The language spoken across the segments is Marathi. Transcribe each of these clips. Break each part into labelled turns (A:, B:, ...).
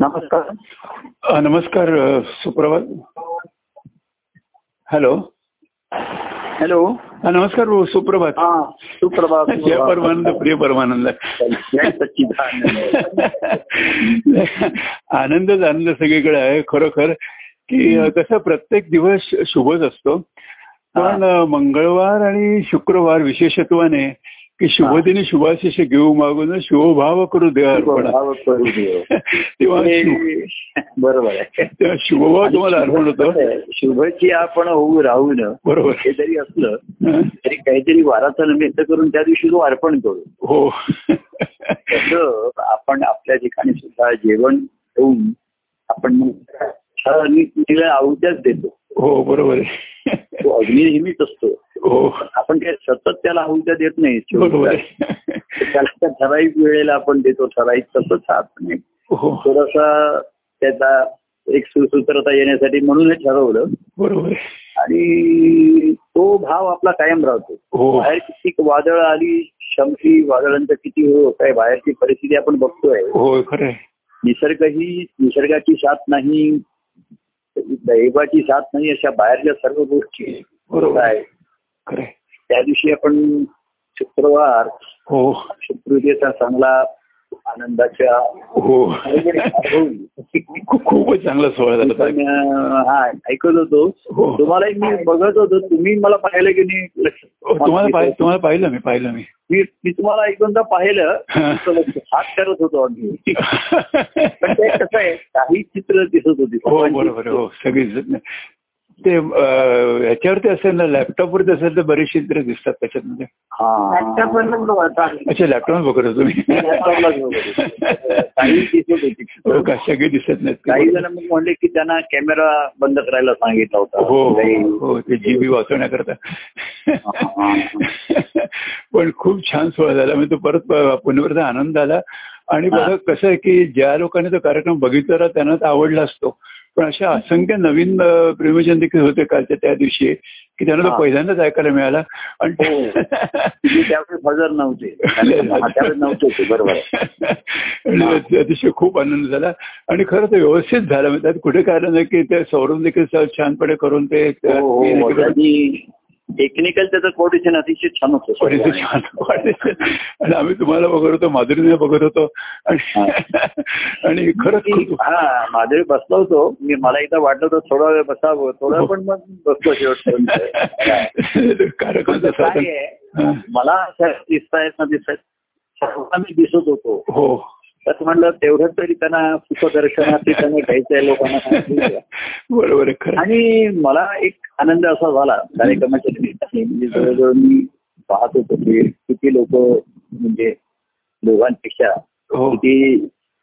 A: नमस्कार
B: अ, नमस्कार अ, सुप्रभात हॅलो
A: हॅलो
B: हा, नमस्कार भाऊ, सुप्रभात
A: हा सुप्रभात
B: जय परमानंद प्रिय परमानंद
A: जय सच्चिदानंद.
B: आनंदच आनंद सगळीकडे आहे खरोखर की अ, कसं प्रत्येक दिवस शु- शुभच असतो पण अ, मंगळवार आणि शुक्रवार विशेषत्वाने की शुभदिनी शुभाशिष घेऊ मागून शुभभाव करू देवा अर्पण
A: भाव करू देव.
B: तेव्हा शु-
A: हे बरोबर आहे
B: तेव्हा शुभभाव हो, तुम्हाला अर्पण होतो
A: कसं आहे, शुभची आपण होऊ राहू न
B: बरोबर
A: हे जरी असलं
B: हं.
A: तरी काहीतरी वाराचा निमित्त करून त्या दिवशी तो अर्पण करू
B: हो
A: तसं आपण आपल्या ठिकाणी सुद्धा जेवण ठेवून आपण मग हा अग्नी तिला आहुत्याच देतो
B: हो बरोबर आहे
A: तो अग्नी नेहमीच असतो
B: हो
A: आपण काय सतत त्याला आहुत्या देत
B: बरोबर
A: नाही
B: आहे
A: त्याला त्या ठराविक वेळेला आपण देतो ठराविक तसंच हा आपण एक
B: हो
A: थोडासा त्याचा एक सुसूत्रता येण्यासाठी म्हणून हे ठरवलं
B: बरोबर आहे
A: आणि तो भाव आपला कायम राहतो
B: हो
A: बाहेर किती वादळ आली शमशी वादळांचं किती हो काय बाहेरची परिस्थिती आपण बघतोय
B: हो खरं आहे
A: निसर्ग ही निसर्गाची साथ नाही दैवाची साथ नाही अशा बाहेरच्या सर्व गोष्टी
B: बरोबर आहे
A: काय
B: खरं आहे
A: त्या दिवशी आपण शुक्रवार
B: हो
A: शुक्रुदेचा चांगला आनंदाच्या
B: हो खूप खूपच चांगला सोहळा झाला
A: पण,
B: साहेब
A: अं, हा ऐकत होतो
B: हो.
A: तुम्हालाही मी बघत होतो तुम्ही मला पाहिलं की नाही लक्ष-
B: हो, तुम्हाला पाहि- तुम्हाला पाहिलं मी पाहिलं मी
A: मी मी तुम्हाला ऐकूनदा पाहिलं तुमचं लक्ष हात करत होतो आम्ही पण ते कसं आहे काही चित्र दिसत होती
B: हो बरोबर आहे, हो सगळीच जण. ते अं, याच्यावरती असेल ना लॅपटॉपवरती असेल तर बरेचसे चित्र दिसतात त्याच्यामध्ये अच्छा लॅपटॉप बघत तुम्ही
A: काही दिसत होती
B: हो का सगळे दिसत नाहीत का?
A: काही जण मग म्हणले की त्यांना कॅमेरा बंद करायला सांगितला होता
B: हो
A: काही-
B: हो हो, ते जीबी वाचवण्याकरता पण खूप छान सोहळा झाला म्हणजे तो परत प- पुन्हा एकदा आनंद आला आणि बघा कसं आहे की ज्या लोकांनी तो कार्यक्रम बघितला त्यांना तर आवडला असतो पण अशा असंख्य नवीन अ, प्रेमजन देखील होते कालच्या त्या दिवशी की त्यांना
A: हा.
B: तो पहिल्यांदाच ऐकायला मिळाला आणि
A: हो. मी त्यावेळी हजर नव्हते हा, त्यावेळी नव्हते ते, बरोबर आहे.
B: आणि ते अतिशय खूप आनंद झाला आणि खरं तर व्यवस्थित झालं म्हणजे त्यात कुठे काय आलं नाही की ते सौरभ देखील सहज छानपणे करून ते
A: हो, हो, हो.
B: एक-
A: त्यांनी टेक्निकल त्याचं कोर्डिनेशन अतिशय छान होतं
B: पण इथे छान वाटायचं. आणि आम्ही तुम्हाला बघत होतो माधुरीने बघत होतो आणि आणि खरंच खूप
A: हा माधुरी बसलो होतो मी मला एकदा वाटलं होतं थोडा वेळ बसावं थोडा
B: हो.
A: पण मग बसलो शेवटपर्यंत
B: कार्यक्रम
A: पण
B: जसा
A: काय
B: होता.
A: आहे,
B: हा.
A: मला असं दिसतायत ना दिसतायत सर्वांना मी दिसत होतो
B: हो
A: तर म्हणलं तेवढंच तरी त्यांना सुखदर्शनाचे त्यांना घ्यायचंय लोकांना सांगू द्या.
B: बरोबर आहे खरं
A: आणि मला एक आनंद असा झाला कार्यक्रमाच्या निमित्ताने म्हणजे जवळजवळ मी पाहत होतो की किती लोक म्हणजे दोघांपेक्षा
B: हो
A: किती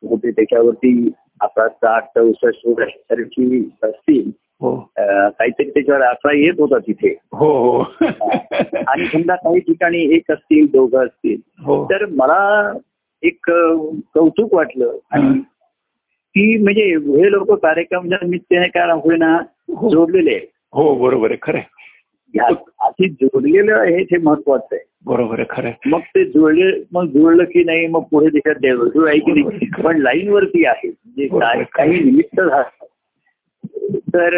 A: होते त्याच्यावरती आपला साठ चौसष्ट वर्षांची असतील
B: हो
A: अं, काहीतरी त्याच्यावर आकडा येत होता तिथे
B: हो हो
A: आणि समजा काही ठिकाणी एक असतील दोघं असतील
B: हो
A: तर मला एक अं, कौतुक वाटलं आणि की म्हणजे हे लोक कार्यक्रमाच्या निमित्ताने काय होईना
B: हो.
A: जोडलेले आहेत
B: हो बरोबर आहे खरं आहे.
A: ह्या अति जोडलेलं हे ते महत्वाचं आहे
B: बरोबर आहे खरं आहे.
A: मग ते जुळले मग जुळलं की नाही मग पुढे त्याच्यात देवळू आहे की नाही पण लाईन वरती आहे जे
B: बरोबर.
A: काय- काही निमित्त झालं तर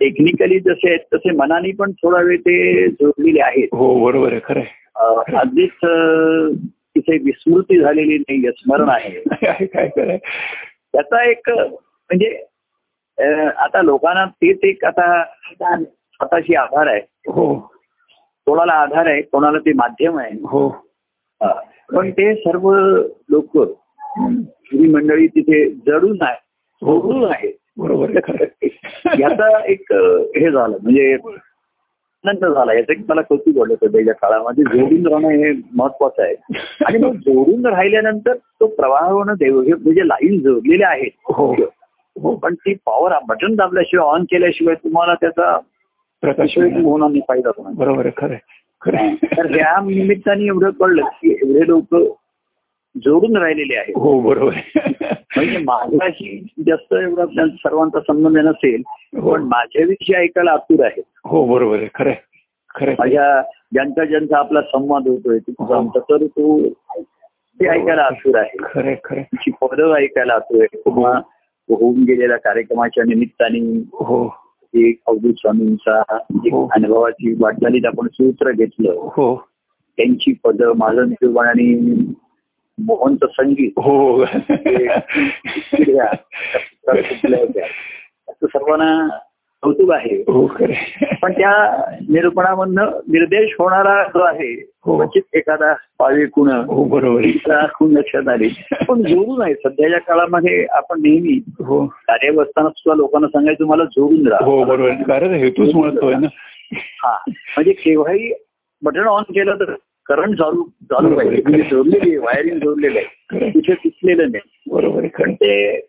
A: टेक्निकली जसे आहेत तसे मनाने पण थोडा वेळ ते जोडलेले आहेत
B: हो बरोबर आहे खरं आहे.
A: अं, अगदीच अं, तिथे विस्मृती झालेली नाही स्मरण आहे
B: काय काय खरं आहे.
A: त्याचा एक म्हणजे अं, आता लोकांना तेच एक आता स्वतःशी आधार आहे
B: हो
A: कोणाला आधार आहे कोणाला ते माध्यम आहे
B: हो
A: हा. पण ते सर्व लोक ही मंडळी तिथे जडून आहे
B: हो
A: जोडून आहेत
B: बरोबर आहे खरं आहे.
A: याचा एक अ, हे झालं म्हणजे आनंद झाला याचं एक मला कौतुक वाटलं सध्याच्या काळामध्ये जोडून राहणं हे महत्वाचं आहे आणि मग जोडून राहिल्यानंतर तो प्रवाह होणं देव हे म्हणजे लाईन जोडलेल्या आहेत
B: हो हो
A: पण ती पॉवर बटन दाबल्याशिवाय ऑन केल्याशिवाय तुम्हाला त्याचा
B: प्रकाश
A: उपयोग होणार नाही फायदा होणार नाही.
B: बरोबर आहे खरं आहे. खरं आहे.
A: तर या निमित्ताने एवढं कळलं की एवढे लोक जोडून राहिलेले आहेत
B: हो बरोबर आहे.
A: म्हणजे माझ्याशी जास्त एवढा त्या सर्वांचा संबंध नसेल
B: हो.
A: पण माझ्याविषयी ऐकायला आतुर आहे
B: हो बरोबर आहे खरं आहे. खरं आहे.
A: माझ्या ज्यांचा ज्यांचा आपला संवाद होतोय तुमचा
B: हो.
A: आमचा तर तो ते ऐकायला आतुर आहे
B: खरं खरं
A: त्यांची पदं ऐकायला आतुर आहे किंवा होऊन गेलेल्या कार्यक्रमाच्या निमित्ताने
B: हो
A: एक अवधूत स्वामींचा एक
B: हो.
A: अनुभवाची वाटचालीत आपण सूत्र घेतलं
B: हो
A: त्यांची पदं माझं निर्वाण आणि मोहनचं संगीत
B: हो
A: या. तर कुठल्या होत्या. असं सर्वांना कौतुक आहे
B: हो खरे
A: पण त्या निरूपणामधनं निर्देश होणारा जो आहे
B: हो.
A: क्वचित एखादा पाळी कुण
B: हो बरोबर आहे.
A: खूण लक्षात आली पण जोडून आहे सध्याच्या काळामध्ये आपण नेहमी
B: हो
A: कार्यरत असताना सुद्धा लोकांना सांगायचं मला जोडून राहा
B: हो बरोबर आहे. कारण हेतूच महत्व आहे ना
A: हा म्हणजे केव्हाही बटन ऑन केलं तर करंट चालू चालू
B: बरोबर आहे.
A: पाहिजे म्हणजे जोडलेली आहे वायरिंग जोडलेलं
B: खरं
A: आहे
B: आहे.
A: तिथे तुटलेलं नाही
B: बरोबर आहे
A: पण
B: खरं
A: ते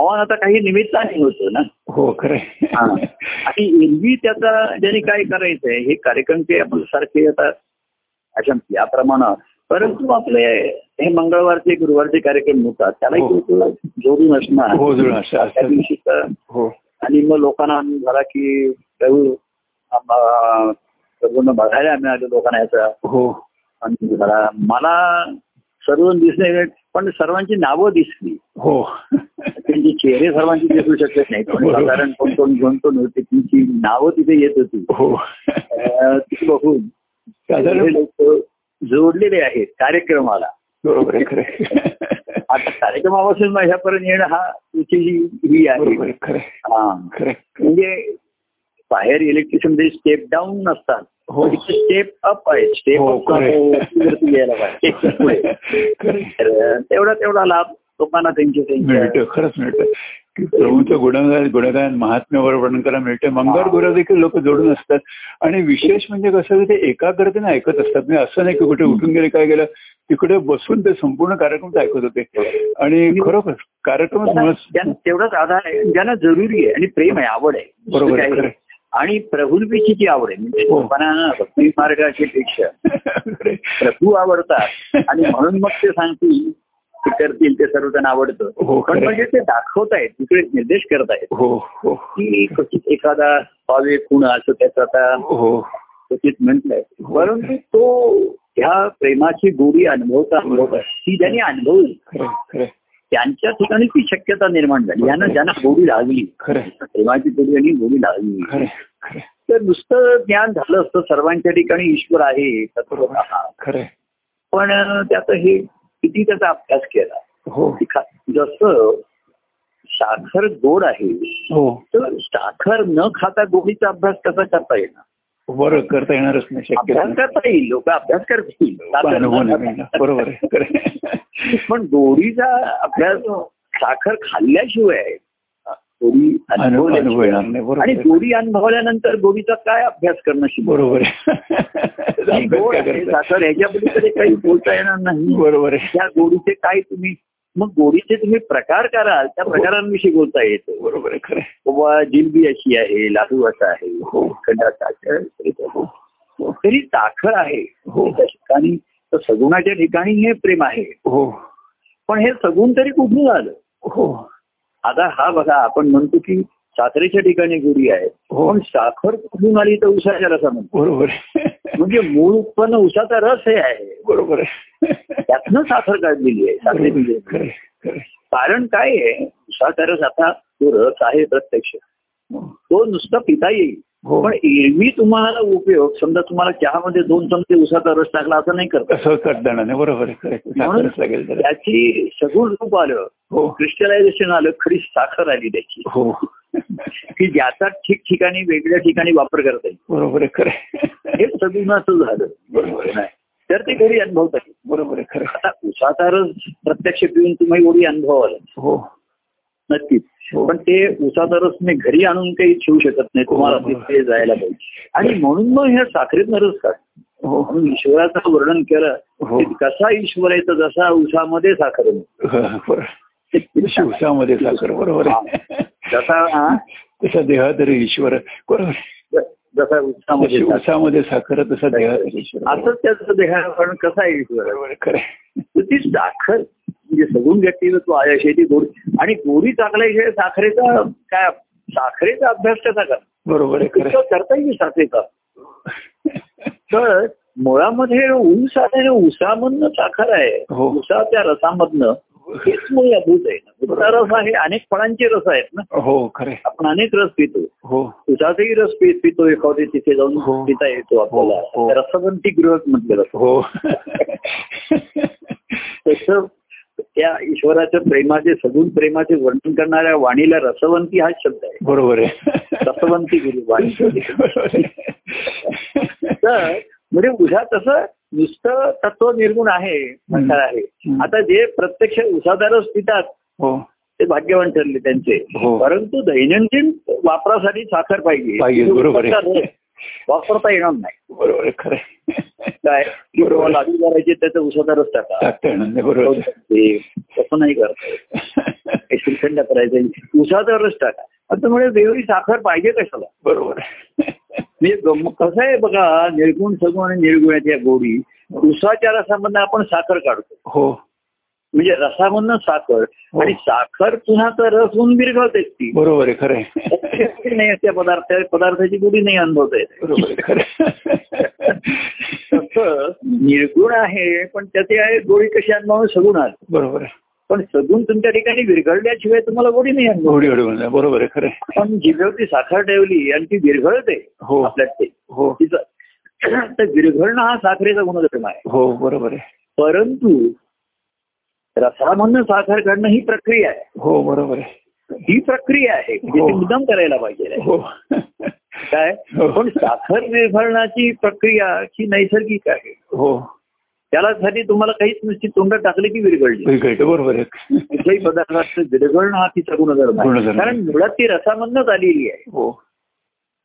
A: ऑन आता काही निमित्ताने होतं ना
B: हो खरं
A: हा.
B: आहे.
A: आणि एरवी त्याचा ज्याने काय करायचंय हे कार्यक्रम ते आपण सारखे आता अशा याप्रमाणे परंतु आपले हे मंगळवारचे गुरुवारचे कार्यक्रम होतात त्याला
B: हो.
A: एक जोडून असणार
B: हो, जोडून असणार.
A: त्या दिवशी तर-
B: हो
A: आणि मग लोकांना आनंद झाला की प्रभू आम्हा- प्रभूंना बघायला मिळालं लोकांना याचा
B: हो
A: आनंद झाला मला सर्व दिसणे पण सर्वांची नावं दिसली
B: हो
A: त्यांचे चेहरे सर्वांची दिसू शकत नाही पण
B: बरोबर.
A: साधारण कोण कोण कोण कोण होते त्यांची नावं तिथे येत होती
B: हो
A: अं, ती बघून हे
B: साधारण
A: लोक जोडलेले आहेत कार्यक्रमाला
B: बरोबर आहे खरं आहे.
A: आता कार्यक्रमापासून माझ्यापर्यंत येणं हा तुझी ही- ही आहे
B: बरोबर आहे खरं आहे.
A: हा.
B: खरं आहे.
A: म्हणजे बाहेर इलेक्ट्रिशियन मध्ये स्टेप डाऊन नसतात
B: हो.
A: स्टेप अप आहे स्टेप
B: हो,
A: अप
B: खरं आहे.
A: यायला पाहिजे पुढे.
B: खरं आहे.
A: तर तेवढा तेवढा लाभ लोकांना त्यांचे त्यांचे
B: मिळतं खरंच मिळतं की प्रभूंचं गुणगान गुणगान महात्म्यावर वर्णन करायला मिळतं मंगळ गुरु देखील लोक जोडून असतात आणि विशेष म्हणजे कसं आहे, ते एकाग्रतेने ऐकत असतात म्हणजे असं नाही की कुठे उठून गेले काय गेलं तिकडे बसून ते संपूर्ण कार्यक्रम ऐकत होते आणि खरोखर कार्यक्रमच
A: त्यांना-
B: म्हणत
A: त्यांना तेवढाच आधार आहे ज्यांना जरुरी आहे आणि प्रेम आहे आवड आहे
B: बरोबर आहे,
A: काही
B: खरं आहे.
A: आणि प्रभूंपेक्षी जी आवड आहे म्हणजे
B: हो.
A: लोकांना भक्ती मार्गाची पेक्षा प्रभू आवडतात आणि म्हणून मग ते सांगतील ते करतील ते सर्व जण आवडतं
B: हो, खरं
A: पण
B: आहे.
A: म्हणजे ते दाखवतायत तिकडे निर्देश करतायत
B: हो हो
A: की क्वचित एखादा पावे कुण असं त्याचं आता
B: हो
A: क्वचित म्हटलंय
B: हो.
A: परंतु तो ह्या प्रेमाची गोडी अनुभवता अनुभवता ती ज्यांनी अनुभवली
B: खरं आहे, खरं आहे,
A: त्यांच्या ठिकाणी ती शक्यता निर्माण झाली यांना ज्यांना गोडी लागली
B: खरं आहे,
A: प्रेमाची गोडी आणि गोडी लागली
B: खरं आहे, खरं आहे,
A: तर नुसतं ज्ञान झालं असतं सर्वांच्या ठिकाणी ईश्वर आहे तत्वतः.
B: खरं आहे.
A: पण त्याचं हे किती त्याचा अभ्यास केला
B: हो
A: खा- जसं साखर गोड आहे
B: हो
A: तर साखर न खाता गोडीचा अभ्यास कसा करता येईल
B: बरं करता येणारच नाही शक्य
A: अभ्यास
B: नाही.
A: करता येईल लोक अभ्यास करतील साखर
B: अनुभव
A: न
B: नाही मिळणार.
A: खाता.
B: बरोबर आहे खरं आहे.
A: पण गोडीचा अभ्यास साखर खाल्ल्याशिवाय गोडी
B: अनुभव अनुभव
A: अनुभवल्याशिवाय.
B: येणार नाही बरोबर
A: आणि
B: आहे.
A: गोडी अनुभवल्यानंतर गोडीचा काय अभ्यास करणं शिकवलं
B: बरोबर आहे
A: ही गोड
B: काय
A: आहे
B: करता?
A: साखर ह्याच्या पलीकडे काही बोलता येणार नाही
B: बरोबर आहे
A: त्या गोडीचे काय तुम्ही मग गोडीचे तुम्ही प्रकार कराल त्या
B: हो.
A: प्रकारांविषयी बोलता येतं
B: बरोबर आहे खरं आहे.
A: बाबा जिलबी अशी आहे लाडू असा आहे
B: हो.
A: खंडा साखर
B: हो.
A: तरी साखर आहे
B: हो.
A: त्या ठिकाणी तर सगुणाच्या ठिकाणी हे प्रेम आहे
B: हो
A: पण हे सगुण तरी कुठून आलं
B: हो
A: आता हा बघा आपण म्हणतो की साखरेच्या ठिकाणी गुढी आहे
B: हो.
A: पण साखर कुठून आली तर उसाच्या रसामध्ये
B: बरोबर आहे
A: म्हणजे मूळ उत्पन्न उसाचा रस हे आहे
B: बरोबर आहे
A: त्यातनं साखर काढलेली आहे साखरे
B: खरं
A: दिली
B: आहे, खरं आहे.
A: कारण काय आहे उसाचा रस आता जो रस आहे प्रत्यक्ष
B: हो.
A: तो नुसता पिता येईल
B: हो
A: पण एरवी तुम्हाला उपयोग समजा तुम्हाला चहामध्ये दोन चमचे उसाचा रस टाकला असं नाही करत
B: असं करताना नाही बरोबर आहे खरं आहे.
A: म्हणून
B: साखरच लागेल त्याला.
A: त्याची सगुण रूप आलं
B: हो
A: क्रिस्टलायझेशन आलं खरी साखर आली त्याची
B: हो
A: की ज्याचा ठिकठिकाणी वेगळ्या ठिकाणी वापर करता येईल
B: बरोबर आहे खरं आहे.
A: हे सगुणाचं झालं
B: बरोबर आहे.
A: नाही. तर ते घरी अनुभवता येईल
B: बरोबर आहे खरं आहे.
A: आता उसाचा रस प्रत्यक्ष पिऊन तुम्ही एवढी अनुभवाल
B: हो
A: नक्कीच
B: हो.
A: पण ते उसाचा रस मी घरी आणून काही ठेवू शकत नाही तुम्हाला
B: हो, बरोबर.
A: तिथे जायला पाहिजे आणि म्हणून मग ह्या साखरेत रस काढ
B: हो
A: म्हणून ईश्वराचं वर्णन केलं
B: हो.
A: की कसा ईश्वर आहे तर जसा उसामध्ये साखर आहे.
B: बरोबर शिवसामध्ये साखर बरोबर आहे
A: जसा हा,
B: तसा देहातरी ईश्वर बरोबर आहे.
A: ज- जसा उसामध्ये साखर.
B: शिवसामध्ये साखर तसा देहातरी ईश्वर बरोबर
A: असंच त्याचं देहावरण कसा आहे ईश्वर आहे?
B: आहे, खरं आहे.
A: तर ती साखर म्हणजे सगुण व्यक्तिमत्व आयाशी ती गोडी आणि गोडी टाकल्याशिवाय साखरेचा काय साखरेचा अभ्यास कसा करता
B: बरोबर आहे खरं
A: इतकं करता येईल साखरेचा
B: आहे.
A: तर मुळामध्ये ऊस आहे आणि उसामधनं साखर आहे
B: हो.
A: उसाच्या रसामधनं हेच मूलभूत आहे उसा रस आहे अनेक फळांचे रस आहेत ना
B: हो खरे
A: आपण अनेक रस पितो
B: हो
A: उसाचाही रस पि- पितो एखादी तिथे जाऊन
B: हो.
A: पिता येतो
B: हो, हो.
A: आपल्याला रसवंती गृहक म्हटलेलं असतं.
B: हो
A: तसं त्या ईश्वराच्या प्रेमाचे सगून प्रेमाचे वर्णन करणाऱ्या वाणीला रसवंती हा शब्द आहे
B: बरोबर आहे
A: रसवंती गुरु वाणी
B: बरोबर आहे.
A: तर म्हणजे उसा तसं नुसतं तत्व निर्गुण आहे म्हणणार आहे
B: हम्म.
A: आता जे प्रत्यक्ष उसादारच पितात
B: हो
A: ते भाग्यवान ठरले त्यांचे
B: हो.
A: परंतु दैनंदिन वापरासाठी साखर पाहिजे
B: पाहिजे,
A: तिथे
B: बरोबर आहे.
A: उसाचा रस वापरता येणार नाही
B: बरोबर आहे खरे
A: काय की
B: बरोबर.
A: तुम्हाला लागू करायचे त्याचा उसादारच टाका
B: टाकता येणार नाही, बरोबर आहे.
A: ते तसं नाही करता येत. काही श्रीखंड करायचं उसाचा रस टाका आता म्हणजे देवरी साखर पाहिजे कशाला
B: बरोबर आहे.
A: म्हणजे गम- कसं आहे बघा निर्गुण सगुण आणि निर्गुणाच्या गोडी उसाच्या रसामधनं आपण साखर काढतो
B: हो
A: म्हणजे रसामधनं साखर
B: हो.
A: आणि साखर पुन्हा तर रस होऊन बिरघळते ती
B: बरोबर आहे खरं आहे.
A: नाही त्या पदार्थ पदार्थाची गोडी नाही अनुभवता येते
B: बरोबर आहे खरं आहे.
A: तसं निर्गुण आहे पण त्याचे आहे गोडी कशी अनुभव सगुण आहे
B: बरोबर आहे
A: पण सगुण तुमच्या ठिकाणी विरघळल्याशिवाय तुम्हाला गोडी नाही अनुभव
B: गोडी गोडी म्हणलं, बरोबर आहे खरं आहे.
A: पण जिभेवरती साखर ठेवली आणि ती विरघळते
B: हो
A: आपल्यात ते
B: हो
A: तिचं तर विरघळणं हा साखरेचा गुणधर्म आहे
B: हो बरोबर आहे
A: परंतु रसामधनं साखर काढणं ही प्रक्रिया आहे
B: हो बरोबर आहे
A: ही प्रक्रिया आहे म्हणजे
B: हो.
A: ती मुद्दाम करायला पाहिजे आहे.
B: हो
A: काय
B: हो.
A: पण साखर विरघळण्याची प्रक्रिया ही नैसर्गिक आहे
B: हो
A: त्याला साठी तुम्हाला काहीच नुसती तोंडात टाकली की विरघळली
B: बिघडलं, बरोबर आहे
A: कुठल्याही पदार्थाचं विरघळणं हा तिचा गुणधर्म आहे
B: गुणधर्म.
A: कारण मुळात ती रसामधनच आलेली आहे
B: हो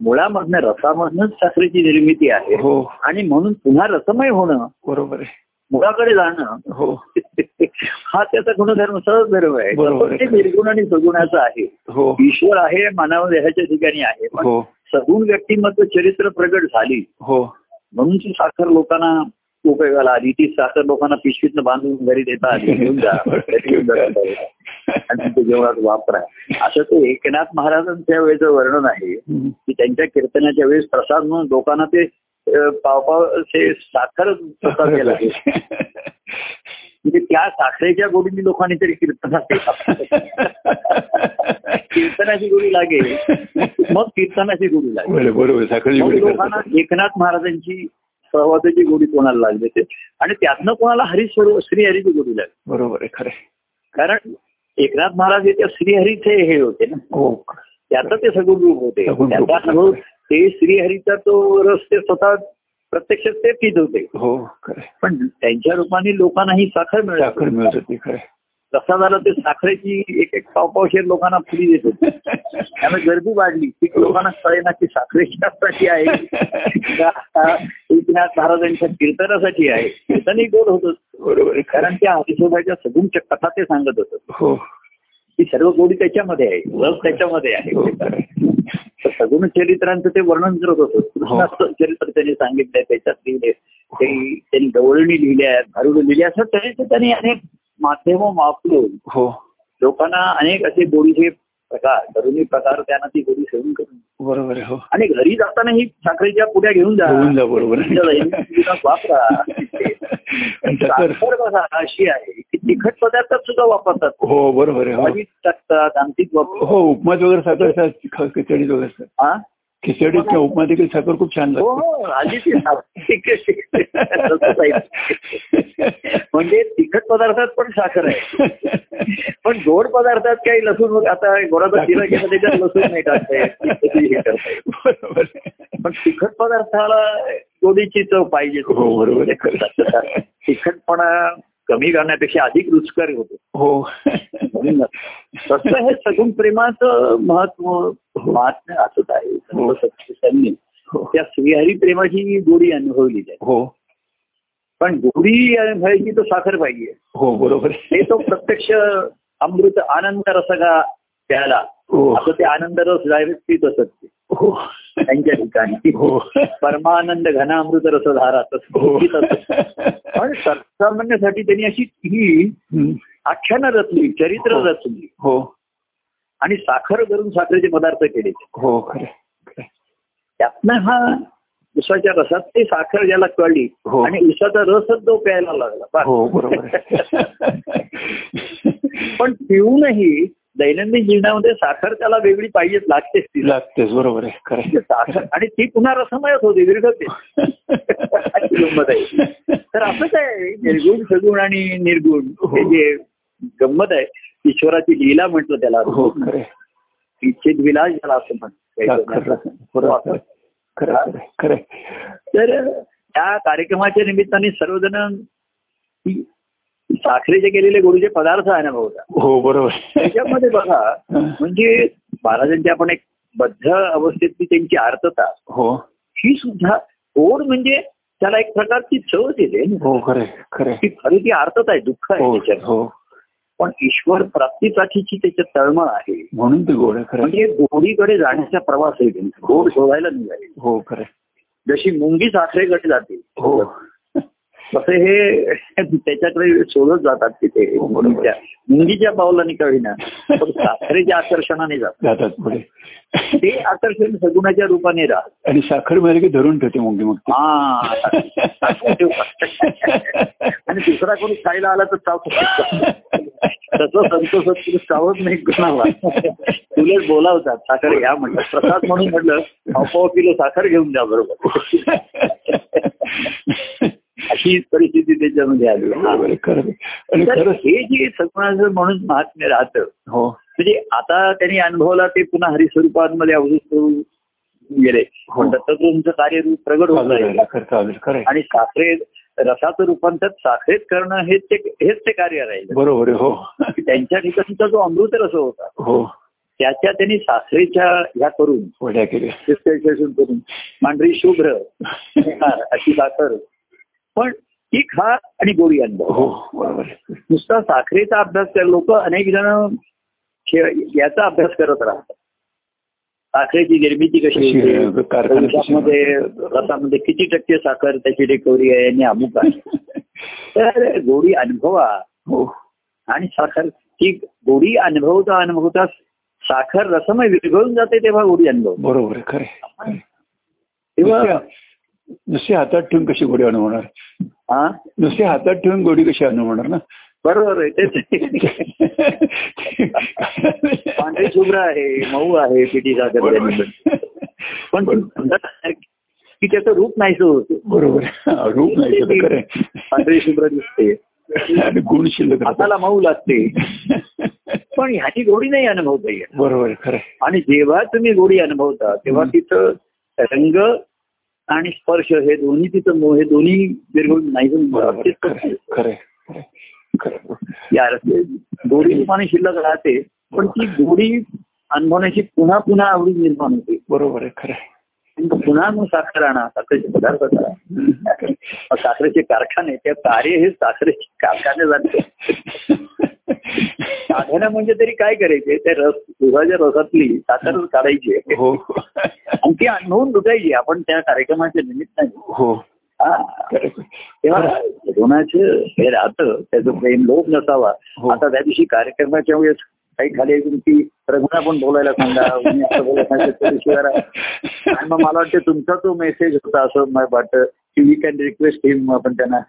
A: मुळामधनं रसामधनच साखरेची निर्मिती आहे
B: हो
A: आणि म्हणून पुन्हा रसमय होणं
B: बरोबर आहे
A: मुळाकडे जाणं
B: हो
A: हा त्याचा गुणधर्म सहज धर्म आहे
B: बरोबर
A: पण
B: आहे.
A: ते निर्गुण आणि सगुणाचं आहे
B: हो
A: ईश्वर आहे मानव देहाच्या ठिकाणी आहे पण
B: हो
A: सगुण व्यक्तिमत्व चरित्र प्रगट झाली
B: हो
A: म्हणून ती साखर लोकांना उपयोगाला आली ती साखर लोकांना पिशवीतनं बांधून घरी देता आली घेऊन जा घेऊन जा तुमच्याकडे. आणि तुमच्या जेवणात वापरा असं ते एकनाथ महाराजांच्या वेळेचं वर्णन आहे
B: हम्म.
A: की त्यांच्या कीर्तनाच्या वेळेस प्रसाद म्हणून लोकांना ते अं, पावपाव ते साखर प्रसाद केला आहे म्हणजे त्या साखरेच्या गोडीने लोकांनी तरी कीर्तनाची कीर्तनाची गोडी लागेल मग कीर्तनाची गोडी लागेल
B: बरोबर बरोबर साखर
A: मग
B: जेवढी
A: लोकांना एकनाथ महाराजांची सहवासाची गोडी कोणाला लागली ते आणि त्यातनं कोणाला हरिस्वरूप श्रीहरीची गोडी लागली
B: बरोबर आहे खरं आहे.
A: कारण एकनाथ महाराज हे त्या श्रीहरीचे हे होते ना
B: हो
A: त्याचं ते सगुण रूप होते
B: सगुण रूप
A: त्याचा
B: होते.
A: अनुभव ते श्रीहरीचा तो रस ते स्वतः प्रत्यक्ष ते पीत होते
B: हो खरं आहे.
A: पण त्यांच्या रूपाने लोकांना ही साखर मिळाली
B: साखर मिळत होती खरं आहे.
A: तसा झाला ते साखरेची एक एक पावपावशेर लोकांना फुली देत होते त्यामुळे गर्दी वाढली ती लोकांना कळेना की साखरेशासाठी आहे का एकनाथ महाराजांच्या कीर्तनासाठी आहे कीर्तनही गोड होत
B: बरोबर आहे खरं
A: कारण
B: आहे.
A: त्या हरिशोभाच्या सगुणच्या कथा ते सांगत होत
B: हो
A: की सर्व गोडी त्याच्यामध्ये आहे रस त्याच्यामध्ये
B: हो
A: आहे
B: खरं आहे.
A: तर सगुण चरित्रांचं ते वर्णन करत होत
B: हो.
A: कृष्णाचं चरित्र त्यांनी सांगितलंय त्याच्यात लिहिले ते- त्यांनी गवळणी लिहिल्या आहेत भारुड लिहिल्या असं तरी त्यांनी अनेक माध्यम वापरून
B: हो
A: लोकांना अनेक असे गोडीचे प्रकार तरुणी प्रकार त्यांना ती गोडी सेवन करून
B: बरोबर आहे हो
A: आणि घरी जाताना ही साखरेच्या पुड्या घेऊन जा
B: घेऊन जा, बरोबर आहे.
A: तुमच्या दैनंदिन जीवनात वापरा
B: आणि साखर
A: साखर बघा अशी आहे की तिखट पदार्थात सुद्धा वापरतात
B: हो बरोबर आहे हो
A: भाजीत टाकतात आमटीत वापरतात
B: हो उपमात वगैरे साखर सा- ख- खिचडीत वगैरे सा-
A: हा?
B: खिचडीत किंवा उपमा देखील साखर खूप छान
A: हो
B: लागते
A: हो आली ती साखर. म्हणजे तिखट पदार्थात पण साखर आहे पण गोड पदार्थात काही लसूण वगैरे- आता गोडाचा शिरा केला त्याच्यात लसूण नाही टाकता येत. तिखटही हे करता येत.
B: बरोबर आहे.
A: पण तिखट पदार्थाला गोडीची चव पाहिजे
B: हो, बरोबर आहे.
A: तिखटपणा कमी करण्यापेक्षा अधिक रुचकर होतो
B: हो
A: म्हणून तसं हे सगुण प्रेमाचं महत्व महात्म्य असत आहे संत
B: हो.
A: सत्पुरुषांनी
B: हो.
A: त्या श्रीहरी प्रेमाची गोडी अनुभवली आहे
B: हो
A: पण गोडी अनुभवायची तर साखर पाहिजे
B: हो बरोबर
A: ते
B: आहे.
A: तो प्रत्यक्ष अमृत आनंद रसगा प्याला
B: हो
A: असं ते आनंद रस डायरेक्ट पित असत ते
B: हो
A: त्यांच्या ठिकाणी
B: हो
A: परमानंद घनामृत रसधारा तसं
B: हो
A: पित असत पण सर्वसामान्यासाठी त्यांनी अशी ही
B: हम्म.
A: आख्यानं रचली चरित्र
B: हो.
A: रचली
B: हो
A: आणि साखर करून साखरेचे पदार्थ केले
B: हो खरं आहे.
A: त्यातनं हा उसाच्या रसात ते साखर ज्याला कळली
B: हो.
A: आणि उसाचा रसच तो प्यायला लागला बा.
B: हो बरोबर आहे.
A: पण पिऊनही दैनंदिन जीवनामध्ये साखर त्याला वेगळी पाहिजे लागतेच तिला
B: लागतेच बरोबर आहे खरं आहे.
A: साखर आणि ती पुन्हा रसमयच होती दीर्घते अशी गंमत आहे. तर असंच आहे निर्गुण सगुण आणि निर्गुण
B: हो.
A: हे जे गंमत आहे ईश्वराची लीला म्हटलं त्याला
B: हो खरं आहे.
A: इच्छित विलास झाला असं
B: खरं
A: म्हणतो
B: आहे. बरोबर आहे. खरं आहे, खरं आहे, खरं आहे.
A: तर त्या कार्यक्रमाच्या निमित्ताने सर्वजण ती साखरेचे केलेले गोडीचे पदार्थ अनुभवतात
B: हो बरोबर आहे.
A: त्याच्यामध्ये बघा म्हणजे महाराजांची आपण एक बद्ध अवस्थेतली त्यांची आर्तता
B: हो
A: ही सुद्धा गोड म्हणजे त्याला एक प्रकारची चव दिली ना.
B: हो खरे खरे
A: ती खरी ती आर्तता आहे दुःख आहे
B: हो
A: त्याच्यात
B: हो
A: पण ईश्वर प्राप्तीसाठीची त्याच्यात तळमळ आहे
B: म्हणून ते गोड आहे खरं आहे.
A: म्हणजे गोडीकडे जाण्याचा प्रवास आहे त्यांचा. गोड शोधायला निघाले
B: हो खरं आहे.
A: जशी मुंगी साखरेकडे जाते
B: हो
A: तसे हे त्याच्याकडे शोधत जातात तिथे
B: हो, बरोबर.
A: मुंगीच्या मुंगीच्या पावलाने कळीना पण साखरेच्या आकर्षणाने जातात
B: जातात पुढे
A: ते आकर्षण सगुणाच्या रूपाने राहत
B: आणि साखर मिळाली की धरून ठेवते मुंगी मग ती.
A: हा आणि दुसरा कोणी खायला आला तर चावतो तसं संतो सत्पुरुष चावत नाही कोणाला तुले बोलावतात साखर घ्या म्हणलं प्रसाद म्हणून म्हटलं पाव पाव किलो साखर घेऊन द्या बरोबर अशी परिस्थिती त्याच्यामध्ये आली
B: बरोबर आहे, खरं आहे. आणि
A: तर
B: खरंच
A: हे जे सगुणाचं म्हणून महात्म्य राहतं
B: हो
A: म्हणजे आता त्यांनी अनुभवला ते पुन्हा हरिस्वरूपांमध्ये अवधूत होऊन गेले
B: हो.
A: पण दत्तप्रभूंचं कार्यरूप प्रगट होत
B: चालेल,
A: राहिलं
B: खरं चालेल खरं आहे.
A: आणि साखरे रसाचं रूपांतर साखरेत करणं हेच ते हेच ते कार्य राहिलं
B: बरोबर आहे हो
A: की त्यांच्या ठिकाणचा जो अमृत रस होता
B: हो
A: त्याच्या त्यांनी साखरेच्या ह्या करून
B: वड्या केल्या
A: डिस्टर्शन करून पांढरी शुभ्र खार अशी साखर पण ती खार आणि गोडी अनुभव
B: हो बरोबर आहे.
A: नुसता साखरेचा अभ्यास कर लोक अनेक जण खेळ याचा अभ्यास करत राहतात साखरेची निर्मिती कशी
B: कशी आहे,
A: होते,
B: कारखाने कसे
A: रसामध्ये
B: बनवतात.
A: रसामध्ये किती टक्के साखर त्याची रिकव्हरी आहे आणि अमुक आहे तर गोडी अनुभवा
B: हो
A: आणि साखर ही गोडी अनुभवता अनुभवता साखर रसमय विरघळून जाते तेव्हा गोडी अनुभव
B: बरोबर आहे खरे
A: तेव्हा
B: नुसते हातात ठेवून कशी गोडी अनुभवणार
A: हा
B: नुसते हातात ठेवून गोडी कशी अनुभवणार ना
A: बरोबर आहे तेच पांढरी शुभ्र आहे मऊ आहे पिटी साखर
B: बरोबर.
A: त्यांनी. पण ती सुंदर आहे की त्याचं रूप नाहीसं होतं
B: बरोबर हा, रूप नाही तर खरं आहे.
A: पांढरी शुभ्र दिसते
B: आणि गुण शिल्लक राहतात.
A: हाताला मऊ लागते पण ह्याची गोडी नाही अनुभवता येत
B: बरोबर आहे, खरं आहे.
A: आणि जेव्हा तुम्ही गोडी अनुभवता तेव्हा
B: हम्म.
A: तिथं रंग आणि स्पर्श हे दोन्ही तिथं मो- हे दोन्ही विरघळून
B: बरोबर आहे, खरं आहे,
A: नाही
B: खरं आहे, खरं आहे, खरं आहे.
A: गोडी रूपाने शिल्लक राहते पण ती गोडी अनुभवण्याची पुन्हा पुन्हा आवडी निर्माण होते
B: बरोबर आहे खरं आहे.
A: आणि पुन्हा मग साखर आणा साखरेचे पदार्थ करा
B: हम्म, खरं आहे.
A: मग साखरेचे कारखाने त्या कार्य हे साखरेचे कारखाने जाते साधना म्हणजे तरी काय करायचे त्या रस दुधाच्या रसातली साखर काढायची
B: हो
A: आणि ती अनुभवून लुटायची आपण त्या कार्यक्रमाच्या निमित्ताने
B: हो
A: हा.
B: खरं आहे.
A: तेव्हा कोणाचं हे राहतं त्याचं प्रेम लोभ नसावा
B: हो.
A: आता त्या दिवशी कार्यक्रमाच्या वेळेस काही खाली तुमची रघुना पण बोलायला सांगा उन्हाचं
B: हो,
A: बोलायला सांगा, त्या दिवशी जरा. आणि मग मला वाटतं तुमचा तो मेसेज होता असं मला वाटतं की वी कॅन रिक्वेस्ट हिम आपण त्यांना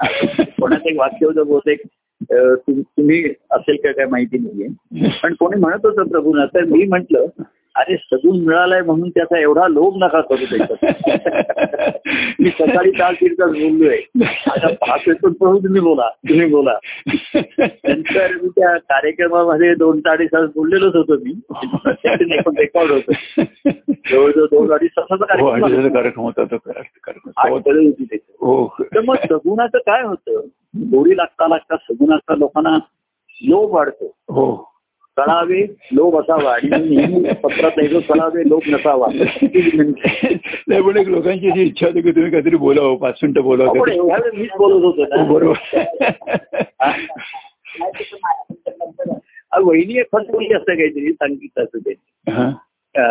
A: कोणाचं एक वाक्य होतं बहुतेक अं, तुम- तुम्ही असेल का काय माहिती नाहीये पण कोणी म्हणत होतं प्रभूना तर मी म्हंटल अरे सगून मिळालाय म्हणून त्याचा एवढा लोभ नका करू त्याच्यात मी सकाळी काल तीन तास बोललोय आता पाच एकूण प्रभू तुम्ही बोला तुम्ही बोला नंतर मी त्या कार्यक्रमामध्ये दोन ते अडीच तास बोललेलोच होतो मी रेकॉर्ड होत जवळजवळ दोन अडीच तासाचा
B: हो आणि
A: कार्यक्रम
B: त्याचा
A: होता.
B: कार्यक्रम होता तो कार्यक्रम
A: आठ
B: होता.
A: तळी होती त्याची.
B: हो
A: तर मग सगुणाचं काय होतं गोडी लागता लागता सगुणाचा लोकांना लोभ वाढतो
B: हो
A: कळावे लोभ असावा आणि मी नेहमी पत्रात लिहितो कळावे लोभ नसावा ही विनंती आहे.
B: नाही पण एक लोकांची अशी इच्छा होती की तुम्ही काहीतरी बोलावं पाच मिनिटं
A: हो,
B: बोलावं
A: पण
B: काहीतरी.
A: एवढ्या वेळ मीच बोलत होतो
B: हो,
A: ना
B: बरोबर
A: अ, वहिनी एक फक्त बोलली असं काहीतरी सांगितलं असं ते
B: हा.
A: अ,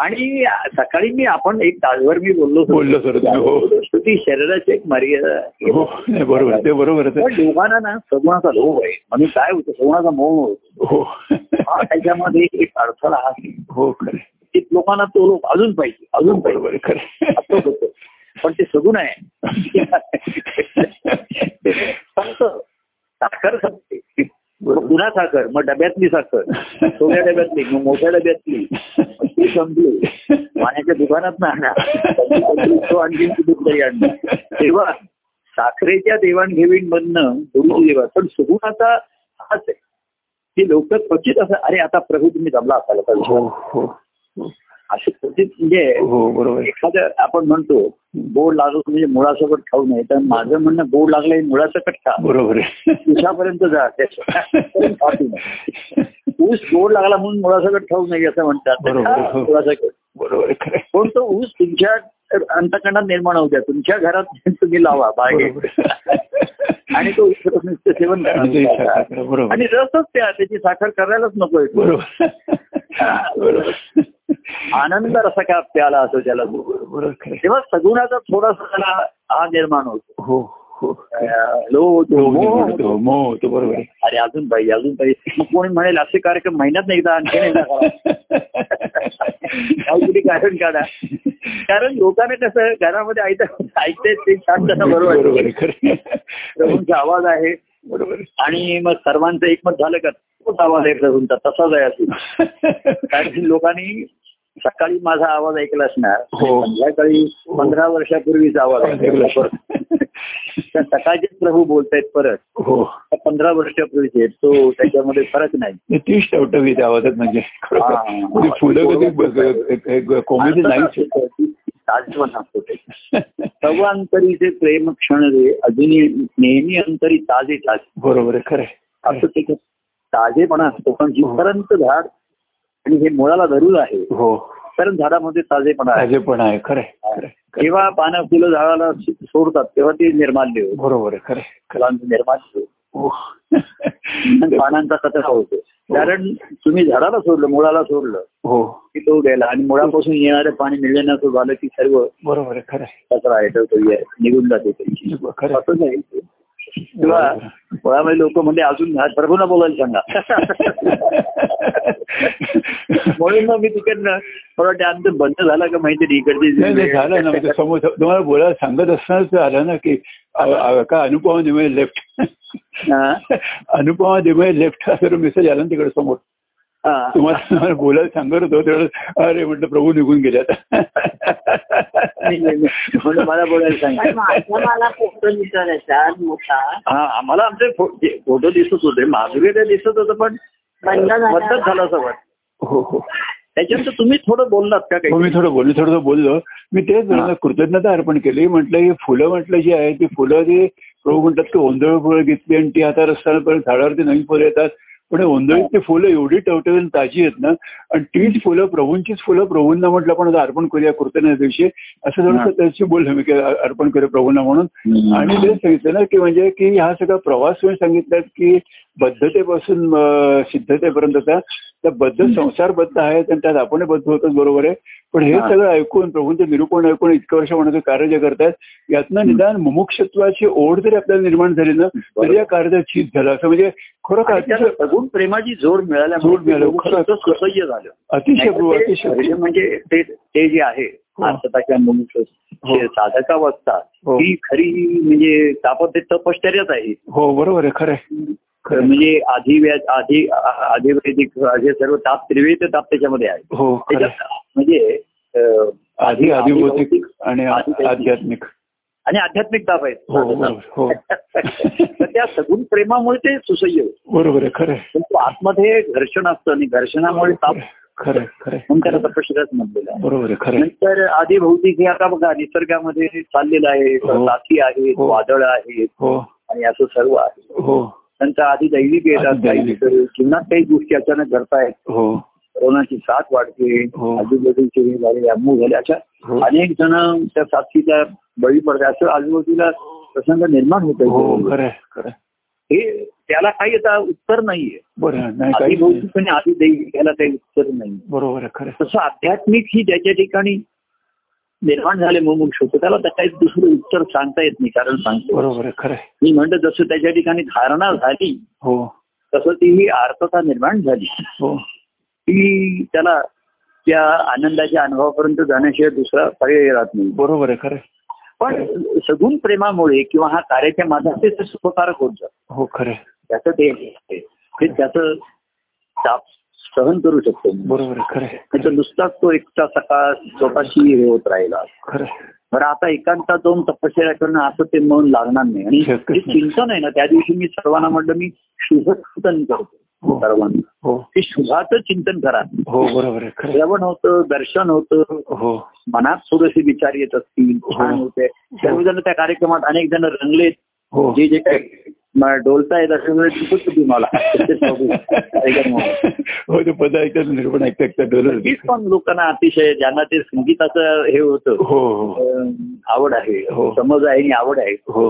A: आणि सकाळी मी आपण एक तासभर मी बोललो होतो.
B: बोललो सर तुम्ही हो
A: तर ती शरीराची एक मर्यादा आहे.
B: हो नाही बरोबर आहे. ते बरोबर आहे
A: पण लोकांना ना सगुणाचा लोभ आहे म्हणून काय होतं सगुणाचा मोह होतो
B: हो
A: हा त्याच्यामध्ये एक अडथळा हा
B: हो खरं आहे.
A: की लोकांना तो लोभ अजून पाहिजे अजून पाहिजे
B: बरोबर आहे, खरं आहे.
A: असं होतं. पण ते सगुण आहे फक्त साखर संपते मग पुन्हा साखर मग डब्यातली साखर छोट्या डब्यातली मग मोठ्या डब्यातली मग ती संपली पाण्याच्या दुकानात ना आणा आणखी कुठेतरी आणणार तेव्हा साखरेच्या देवाणघेवीण मधनं गुरुदेवा पण सुगुणाचा हाच आहे की लोक क्वचित असं अरे आता प्रभू तुम्ही जमला असायला
B: हो
A: पाहिजे
B: हो
A: असं क्वचित म्हणजे
B: हो बरोबर आहे.
A: एखादं आपण म्हणतो गोड लागलो म्हणजे मुळासकट खाऊ नये तर माझं म्हणणं गोड लागलं मुळासकट खा
B: बरोबर आहे
A: उसापर्यंत जा त्याच्यापर्यंत खाऊ नये. ऊस गोड लागला म्हणून मुळासकट खाऊ नये असं म्हणतात तर
B: बरोबर,
A: खा
B: हो.
A: मुळासकट
B: बरोबर आहे खरं आहे.
A: पण तो ऊस तुमच्या अंतकणात निर्माण होऊ द्या तुमच्या घरात तुम्ही लावा बागेत
B: बरोबर आहे.
A: आणि तो ऊस रस नुसतं सेवन करा.
B: आणि ते साखर, बरोबर.
A: आणि रसच त्या त्याची साखर करायलाच नकोय
B: बरोबर बरोबर
A: आनंद रसा का प्याला असं त्याला
B: बरोबर खरं आहे.
A: तेव्हा सगुणाचा थोडासा त्याला हा निर्माण होतो
B: हो हो
A: अं, लो तो मोह होतो.
B: तो मोह होतो बरोबर आहे
A: अरे अजून पाहिजे अजून पाहिजे मग कोणी म्हणेल असे कार्यक्रम महिन्यात एकदा आणखी एकदा करा. काहीतरी कारण काढा कारण लोकांना कसं घरामध्ये ऐकता ऐकताय ते छान त्यांना बरोबर
B: म्हणजे
A: आहे.
B: बरोबर आहे खरं आहे.
A: प्रभूंचा आवाज आहे
B: बरोबर आहे.
A: आणि मग सर्वांचं एकमत झालं का तोच आवाज आहे प्रभूंचा तसाच आहे असून कारण की लोकांनी सकाळी माझा आवाज ऐकला असणार
B: हो.
A: संध्याकाळी पंधरा वर्षापूर्वीचा आवाज ऐकला असणार. तर सकाळचेच प्रभू बोलतायत परत
B: हो
A: तर पंधरा वर्षापूर्वीचे तो त्याच्यामध्ये फरक नाही
B: ते तीच टवटवी त्या आवाजात म्हणजे खरोखर.
A: हा.
B: म्हणजे फुलं कधी ब- ग- ग- कोमेदी नाही
A: ताजवन असतो ते सर्वांतरीचे प्रेम क्षण रे अजूनही नेहमी अंतरी ताजे ताजे
B: बरोबर आहे खरं आहे.
A: असं ते ताजेपणा असतो पण जिथपर्यंत झाड आणि हे मुळाला धरून आहे
B: हो
A: कारण झाडामध्ये ताजेपणा आहे
B: ताजे पण आहे खरं आहे, खरं आहे.
A: जेव्हा पानं फुलं झाडाला सो- सोडतात तेव्हा ते निर्माल्य होतं.
B: बरोबर आहे खरं आहे, खरं आहे.
A: फुलांचं निर्माल्य होतं.
B: हो.
A: आणि पानांचा कचरा होतो कारण तुम्ही झाडाला सोडलं मुळाला सोडलं
B: हो
A: की तो गेला आणि मुळापासून येणारं पाणी मिळण्याचं झालं की सर्व
B: बरोबर आहे खरं आहे.
A: कचरा आहे तो तो ये- निघून जाते त्यांची
B: खरं आहे.
A: असं नाही ते. किंवा मुळामध्ये लोक म्हणजे अजून हा प्रभूला बोलायला सांगा म्हणून मग मी तिकडनं मला वाटतं आमचं बंद झालं का माहिती नाही इकडचे
B: नाही नाही, झालं ना
A: जे-
B: म्हणजे समोर तुम्हाला बोलायला सांगत असतानाच झालं ना की अ- अ- का अनुपमा दिमे लेफ्ट
A: हा, अनुपमा
B: दिमे लेफ्ट असं मेसेज आला ना तिकडे समोर
A: हा.
B: तुम्हाला तुम्हाला बोलायला सांगत होतो तेवढं अरे म्हटलं प्रभू निघून गेले
A: नाही, नाही, नाही. म्हणून मला बोलायला
C: पण
A: सांगा
C: माझा मला फोटो विचारायचा आज मोठा
A: हा आम्हाला आमचे फो- जे फोटो दिसत होते माधुरी ते दिसत होतं पण
C: बंद झाला.
A: बंदच झालं असं वाटतं
B: हो हो
A: त्याच्यानंतर तुम्ही थोडं बोललात का
B: हो, मी
A: काही
B: थोडं बोललो थोडं बोललो मी तेच बोललो, कृतज्ञता अर्पण केली म्हटलं ही फुलं म्हटलं जी आहे ती फुलं जी प्रभू म्हणतात की ओंधळ फुलं घेतली आणि ती आता रस्त्याला परत झाडावरती नवीन फुलं येतात पण हे ओंधळीतली फुलं एवढी टवटवी आणि ताजी आहेत ना आणि तीच फुलं प्रभूंचीच फुलं प्रभूंना म्हटलं आपण आता अर्पण करूया कृतज्ञ दिवशी असं
A: हा.
B: थोडंसं त्याशी बोललो मी की अ- अर्पण करूया प्रभूंना म्हणून आणि ते सांगितलं ना की म्हणजे की हा सगळा प्रवास तुम्ही सांगितलात की बद्धतेपासून अं, सिद्धतेपर्यंतचा त्या बद्ध संसारबद्ध आहेत आणि त्यात आपण बद्ध होतच बरोबर आहे पण हे
A: हा.
B: सगळं ऐकून प्रभूंचं निरूपण ऐकून इतकं वर्ष म्हणायचं कार्य जे करतायत यातनं निदान मुमुक्षत्वाची ओढ जरी आपल्याला निर्माण झाली ना
A: बरोबर.
B: तरी या कार्याचा चीज झाला असं म्हणजे खरोखर
A: आणि त्याला
B: अतिशय
A: सगून प्रेमाची जोड
B: जोड
A: मिळाल्यामुळे
B: मिळालं. खरं.
A: लोकांचं स्वसह्य झालं
B: अतिशय
A: नाहीतर
B: अतिशय
A: ते म्हणजे-
B: अतिशय-
A: म्हणजे ते ते जे आहे
B: हो.
A: आता किंवा मुमुक्ष जे साधकावस्था
B: हो.
A: ही खरी म्हणजे तापत ते तपश्चर्याच आहे
B: हो बरोबर आहे खरं आहे.
A: तर म्हणजे आधी व्या- आधी आ- आधिवैदिक हे सर्व ताप त्रिवेद ताप त्याच्यामध्ये आहे
B: हो खरं आहे.
A: त्याच्यात म्हणजे अं, आधी
B: आधी आधिभौतिक
A: भौतिक
B: आणि
A: आधी
B: आ-
A: भौतिक.
B: आध्यात्मिक
A: आणि आध्यात्मिक ताप आहेत
B: हो बरोबर हो
A: तर त्या सगुण प्रेमामुळे ते सुसह्य होतं
B: बरोबर आहे खरं आहे.
A: पण तो आतमध्ये घर्षण असतं आणि घर्षणामुळे
B: हो.
A: ताप
B: खरं आहे, खरं आहे.
A: म्हणून त्याला तपश्चर्याच म्हणलेलं आहे
B: बरोबर आहे खरं आहे.
A: नंतर आधी भौतिक हे आता बघा निसर्गामध्ये चाललेलं आहे
B: हो.
A: साथी आहे
B: हो.
A: वादळ आहे
B: हो
A: आणि असं सर्व आहे
B: हो
A: नंतर आधी दैविक येतात
B: आधी
A: काही
B: दैविक.
A: तर जीवनात काही गोष्टी अचानक घडतायत
B: हो
A: कोरोनाची साथ वाढते
B: हो.
A: आजूबाजूचे हे झाले अमू झाले अशा
B: हो.
A: अनेक जण त्या साथीला बळी पडतात असं आजूबाजूला प्रसंग निर्माण
B: हो
A: होत
B: खरं आहे, खरं आहे.
A: हे त्याला काही आता उत्तर नाहीये
B: बरं
A: आधी
B: नाही काही नाही.
A: भौतिक आणि आधी दैविक याला काही उत्तर नाही
B: बरोबर आहे खरं आहे.
A: तसं आध्यात्मिक ही ज्याच्या ठिकाणी निर्माण झाले मुमुक्ष होतं त्याला तर काही दुसरं उत्तर सांगता येत नाही कारण सांगतो
B: बरोबर आहे खरं आहे.
A: मी म्हणतो जसं त्याच्या ठिकाणी धारणा झाली
B: हो
A: तसं तीही अर्थता निर्माण झाली
B: हो
A: ती त्याला त्या आनंदाच्या अनुभवापर्यंत जाण्याशिवाय दुसरा पर्याय राहत नाही
B: बरोबर आहे खरं आहे.
A: पण सगुण प्रेमामुळे किंवा हा कार्याच्या माध्यमात ते सुखकारक होत जात
B: हो खरं आहे.
A: त्याचं ते आहे. ते त्याचं ताप सहन करू शकतो
B: बरोबर आहे, खरं आहे,
A: त्याचा नुसताच तो एकटा सकाळ स्वतःशी हे होत राहिला
B: खरं आहे.
A: बरं आता एकांतात जाऊन तपश्चर्या करणं असं ते मन लागणार नाही आणि
B: शक्यच
A: जे
B: नाही.
A: चिंतन आहे ना त्या दिवशी मी सर्वांना म्हटलं मी शुभचिंतन करतो
B: हो.
A: सर्वांना
B: हो
A: ते शुभाचं चिंतन करा
B: हो बरोबर आहे खरं आहे.
A: श्रवण होतं दर्शन होतं
B: हो
A: मनात थोडेसे विचार येत असतील छान
B: हो.
A: होते सर्वजण त्या कार्यक्रमात अनेक जण रंगलेत
B: हो
A: जे जे काही म- डोलतायत असं सगळं दिसत होती म्हणजे मला ते सर्व कार्यक्रमामध्ये.
B: हो ते पद ऐकतात निरूपण ऐकता ऐकता डोलर
A: नक्कीच पण लोकांना अतिशय ज्यांना ते संगीताचं हे होतं
B: हो हो
A: अं, आवड आहे
B: हो.
A: समज आहे आणि आवड आहे
B: हो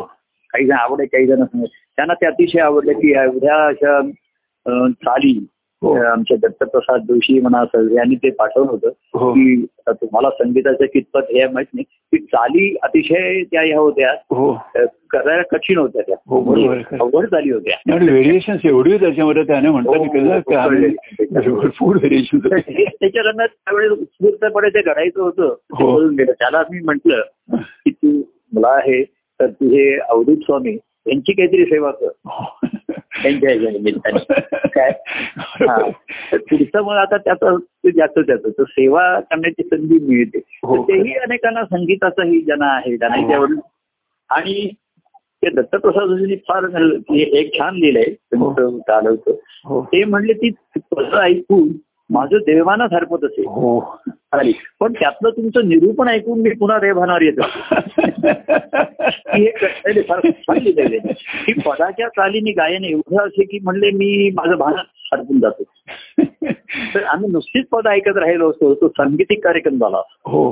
A: काही जण आवड आहे काही जण समज त्यांना ते अतिशय आवडलं की एवढ्या अशा अं, चाली
B: हो.
A: अं, आमच्या दत्तप्रसाद जोशी म्हणा सर यांनी ते पाठवलं होतं
B: हो
A: की आता तुम्हाला संगीताचं कितपत हे आहे माहित नाही की चाली अतिशय त्या ह्या होत्या
B: हो
A: अ, करायला कठीण होत्या त्या
B: हो, बरोबर आहे, खरं.
A: अवघड चाली होत्या
B: आणि व्हेरिएशन एवढी त्याच्यामध्ये त्याने म्हणतात की ना, का आम्ही भरपूर व्हेरिएशन
A: तर हे त्याच्या रंगात त्यावेळेस उत्स्फूर्तपणे ते घडायचं होतं ते
B: हो.
A: बोलून गेलं त्याला मी म्हंटल की तू मला आहे तर तुझे अवधूत स्वामी यांची काहीतरी सेवा कर त्यांच्या ह्याच्या निमित्ताने काय हा. तर पुढचं मग आता त्याचं ते ज्याचं त्याचं तर सेवा करण्याची संधी मिळते
B: हो.
A: तर तेही अनेकांना संगीताचाही ज्यांना आहे त्यांना
B: हो.
A: त्यावर आणि ते दत्तप्रसाद जोशींनी फार हे एक छान लिहिलंय त्यांचं चालवतं
B: हो
A: ते म्हणले ती पद ऐकून माझं देवाना हरपत असे
B: हो
A: चालेल. पण त्यातलं तुमचं निरूपण ऐकून मी पुन्हा देवानावर येत असे. की हे कळलेले फार छान लिहिलेले की पदाच्या चालीने गायन एवढं असे की म्हणले मी माझं भान हरपून जातो तर आम्ही नुसतीच पद ऐकत राहिलो असतो तो सांगीतिक कार्यक्रम झाला
B: हो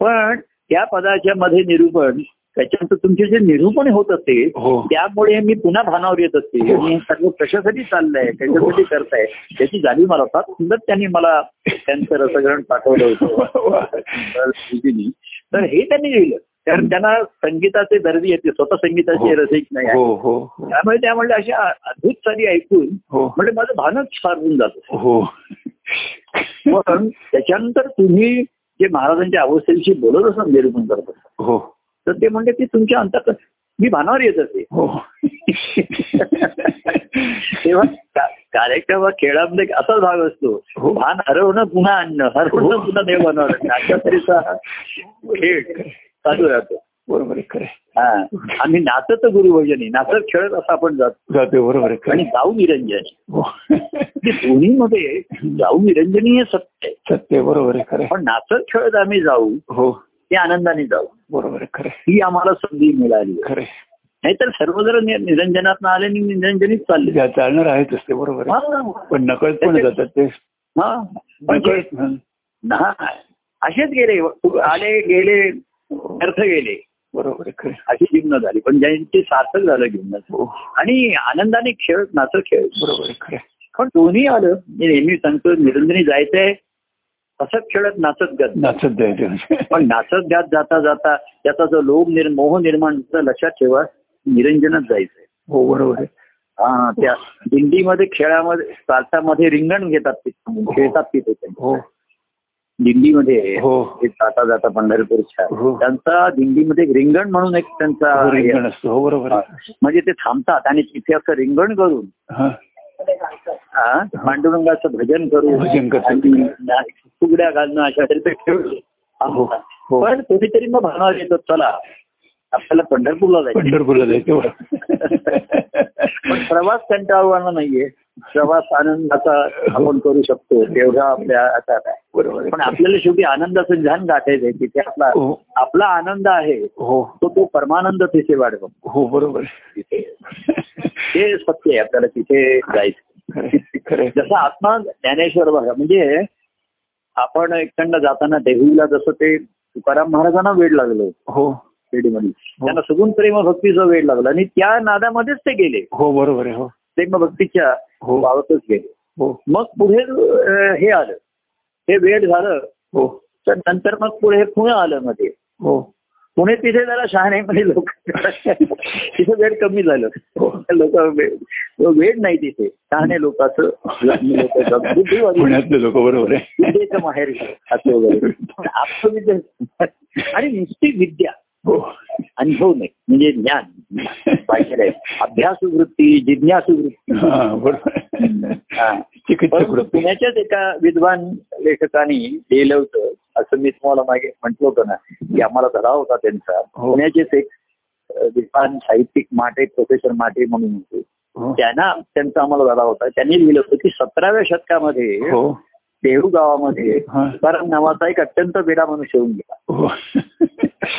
A: पण त्या पदाच्या मध्ये निरूपण त्याच्यानंतर तुमचे जे निरूपण होत असते
B: हो
A: त्यामुळे मी पुन्हा भानावर येत असते
B: हो.
A: आणि हे सर्व कशासाठी चाललंय कशासाठी करताय त्याची जाणीव मला फार सुंदर त्यांनी मला त्यांचं रसग्रहण पाठवलं होतं तर स्थितीनी. तर हे त्यांनी लिहिलं कारण त्यांना संगीताचे दर्दी येते स्वतः संगीताचे
B: हो.
A: रसिक नाही आहे.
B: हो हो हो
A: त्यामुळे त्या म्हणले अशा अद्भुत सारी ऐकून
B: हो
A: म्हणजे माझं भानच सारून जातं
B: हो
A: पण त्याच्यानंतर तुम्ही जे महाराजांच्या अवस्थेविषयी बोलत असाल निरूपण करत असाल
B: हो
A: तर ते म्हणजे की तुमच्या अंतर्गत मी भानावर येत असे
B: हो
A: तेव्हा का- कार्यक्रम हा खेळामध्ये एक असाच भाग असतो
B: हो.
A: भान हरवणं पुन्हा आणणं हरवणं
B: हो.
A: पुन्हा देव बनवणं अशा तऱ्हेचा हा खेळ चालू राहतो
B: बरोबर आहे खरं आहे.
A: हा आम्ही नाचत गुरुभजनी नाचत खेळत असं आपण जातो
B: जाते बरोबर आहे खरं
A: आणि
B: आहे.
A: गाव निरंजनी म्हणजे
B: हो.
A: दोन्हीमध्ये जाऊ निरंजनी हे सत्य आहे
B: सत्य आहे, बरोबर आहे खरं आहे.
A: पण नाचत खेळत आम्ही जाऊ
B: हो
A: ते आनंदाने जाऊ
B: बरोबर आहे खरं आहे.
A: ही आम्हाला संधी मिळाली
B: खरं आहे.
A: नाहीतर सर्व जर निरंजनात आले आणि निरंजनीत चालले
B: ज्या चालणार आहेच असते बरोबर आहे
A: हा.
B: पण नकळत पण
A: त्याच्या-
B: जातात ते
A: हा. म्हणजे
B: नकळत हं.
A: ना असेच गेले आले गेले अर्थ गेले
B: बरोबर आहे खरं आहे.
A: अशी जीवन झाली पण ज्यांचे सार्थक झालं जीवनाचं
B: हो
A: आणि आनंदाने खेळत नाचत खेळ
B: बरोबर आहे खरं आहे.
A: पण दोन्ही आलं मी नेहमी सांगतो निरंजनी जायचंय असंच खेळत नाचत गत
B: नाचत जायचं म्हणजे.
A: पण नाचत गात जाता जाता त्याचा जो लोभ निर्मोह निर्माण होतो, लक्षात ठेवा निरंजनच जायचंय
B: हो बरोबर आहे
A: हा त्या दिंडीमध्ये खेळामध्ये चालतामध्ये रिंगण घेतात ते खेळतात तिथे ते.
B: हो
A: दिंडीमध्ये
B: हो.
A: ते जाता जाता पंढरपूरच्या
B: हो.
A: त्यांचा दिंडीमध्ये एक रिंगण म्हणून एक त्यांचा
B: हो,
A: हे
B: रिंगण असतो हो बरोबर
A: हा.
B: आहे
A: म्हणजे ते थांबतात आणि तिथे असं रिंगण करून
B: हा.
A: हा, पांडुरंगाचं भजन
B: भजन
A: करून
B: करतात.
A: आणि फुगड्या घालणं अशा तरी ते खेळ
B: हो हो
A: पण कुठेतरी मग भावनावर येतो चला आपल्याला पंढरपूरला जायचं
B: पंढरपूरला जायचं बरोबर
A: पण प्रवास कंटाळवाना नाहीये प्रवास आनंदाचा आपण करू शकतो तेवढा आपल्या आता काय
B: बरोबर
A: पण
B: आहे.
A: आपल्याला शेवटी आनंदाचं ध्यान गाठायचंय तिथे आपला
B: हो
A: आपला आनंद आहे
B: हो
A: तो तो परमानंद तिथे वाढतो
B: हो बरोबर आहे.
A: तिथे हे सत्य आहे आपल्याला तिथे जायचं
B: खरं आहे, खरं आहे.
A: जसा आत्मा ज्ञानेश्वर बघा म्हणजे आपण एकखंड जाताना देहूला जसं ते तुकाराम महाराजांना वेळ लागलो
B: हो
A: शिर्डीमध्ये त्यांना सगून प्रेम भक्तीचा वेळ लागला आणि त्या नादामध्येच ते गेले
B: हो बरोबर आहे हो
A: प्रेम भक्तीच्या
B: हो.
A: भावातच गेले
B: हो
A: मग पुढे अं, हे आलं हे वेळ झालं
B: हो
A: तर नंतर मग पुढे हे पुणे आलं मध्ये
B: हो
A: पुणे तिथे जरा शहाण्यामध्ये लोक तिथे वेळ कमी झालं
B: हो.
A: लोक वेळ नाही तिथे शहाणे लोकांचं लोकांचं
B: पुण्यातले लोक बरोबर आहे
A: माहेर असं वगैरे पण आपलं विद्या- आणि नुसती विद्या
B: हो
A: अनुभव नाही म्हणजे ज्ञान पाहिजे आहे. अभ्यासवृत्ती जिज्ञासुवृत्ती
B: हा, बरोबर चिकित्सक
A: परंतु
B: वृत्ती.
A: पुण्याच्याच एका विद्वान लेखकाने लिहिलं होतं असं मी तुम्हाला मागे म्हटलं होतं ना की आम्हाला धराव होता त्यांचा
B: हो.
A: पुण्याचेच एक अ, विद्वान साहित्यिक माटे प्रोफेसर माटे म्हणून होते
B: हो.
A: त्यांना त्यांचा आम्हाला धराव होता त्यांनी लिहिलं होतं की सतराव्या शतकामध्ये
B: हो
A: देहू गावामध्ये
B: हा.
A: तुकाराम नावाचा एक अत्यंत वेडा मनुष्य होऊन गेला
B: हो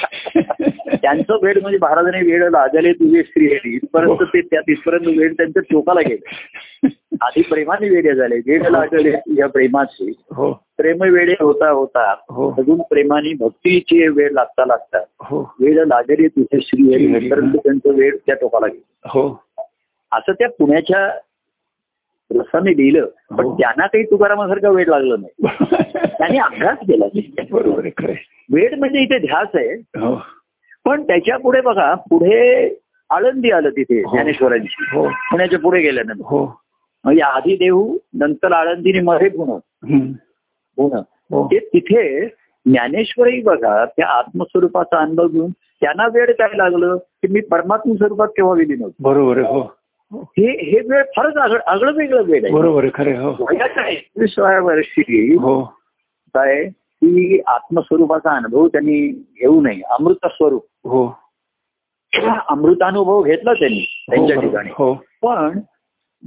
A: त्यांचं वेळ म्हणजे महाराजांनी वेळ लाजले तुझे स्त्री येईल परंतु ते त्या तिथपर्यंत वेळ त्यांच्या टोकाला गेले आधी प्रेमाने वेडे झाले वेळ लागले तुझ्या प्रेमाची
B: हो
A: प्रेम वेळे होता होता
B: हो.
A: अजून प्रेमाने भक्तीची वेळ लागता लागता
B: हो
A: वेळ लागले तुझे श्री
B: श्री
A: हरी परंतु त्यांचं वेळ त्या टोकाला गेलं
B: हो
A: असं त्या पुण्याच्या रसाने लिहिलं पण
B: हो.
A: त्यांना काही तुकारामासारखा वेळ लागला नाही त्यांनी अभ्यास केला
B: बरोबर आहे खरं आहे.
A: वेळ म्हणजे इथे ध्यास आहे
B: हो
A: पण त्याच्या पुढे बघा पुढे आळंदी आलं तिथे
B: हो.
A: ज्ञानेश्वरांची
B: हो
A: पुण्याच्या पुढे गेल्यानंतर
B: हो
A: म्हणजे आधी देहू नंतर आळंदीने मध्ये पुणं
B: हम्म.
A: पुणं
B: हो
A: ते तिथे ज्ञानेश्वरही बघा त्या आत्मस्वरूपाचा अनुभव घेऊन त्यांना वेळ काय लागलं की मी परमात्म स्वरूपात केव्हा विलीन होतो
B: बरोबर आहे हो
A: हे हे वेळ फारच आगळ आगळं वेगळं वेळ आहे
B: बरोबर आहे खरं आहे. हो
A: वयाच्या एकविसाव्या वर्षी
B: हो
A: काय की आत्मस्वरूपाचा अनुभव त्यांनी घेऊ नये अमृत स्वरूप
B: हो
A: अमृतानुभव घेतला त्यांनी त्यांच्या
B: बरोबर.
A: ठिकाणी
B: हो
A: पण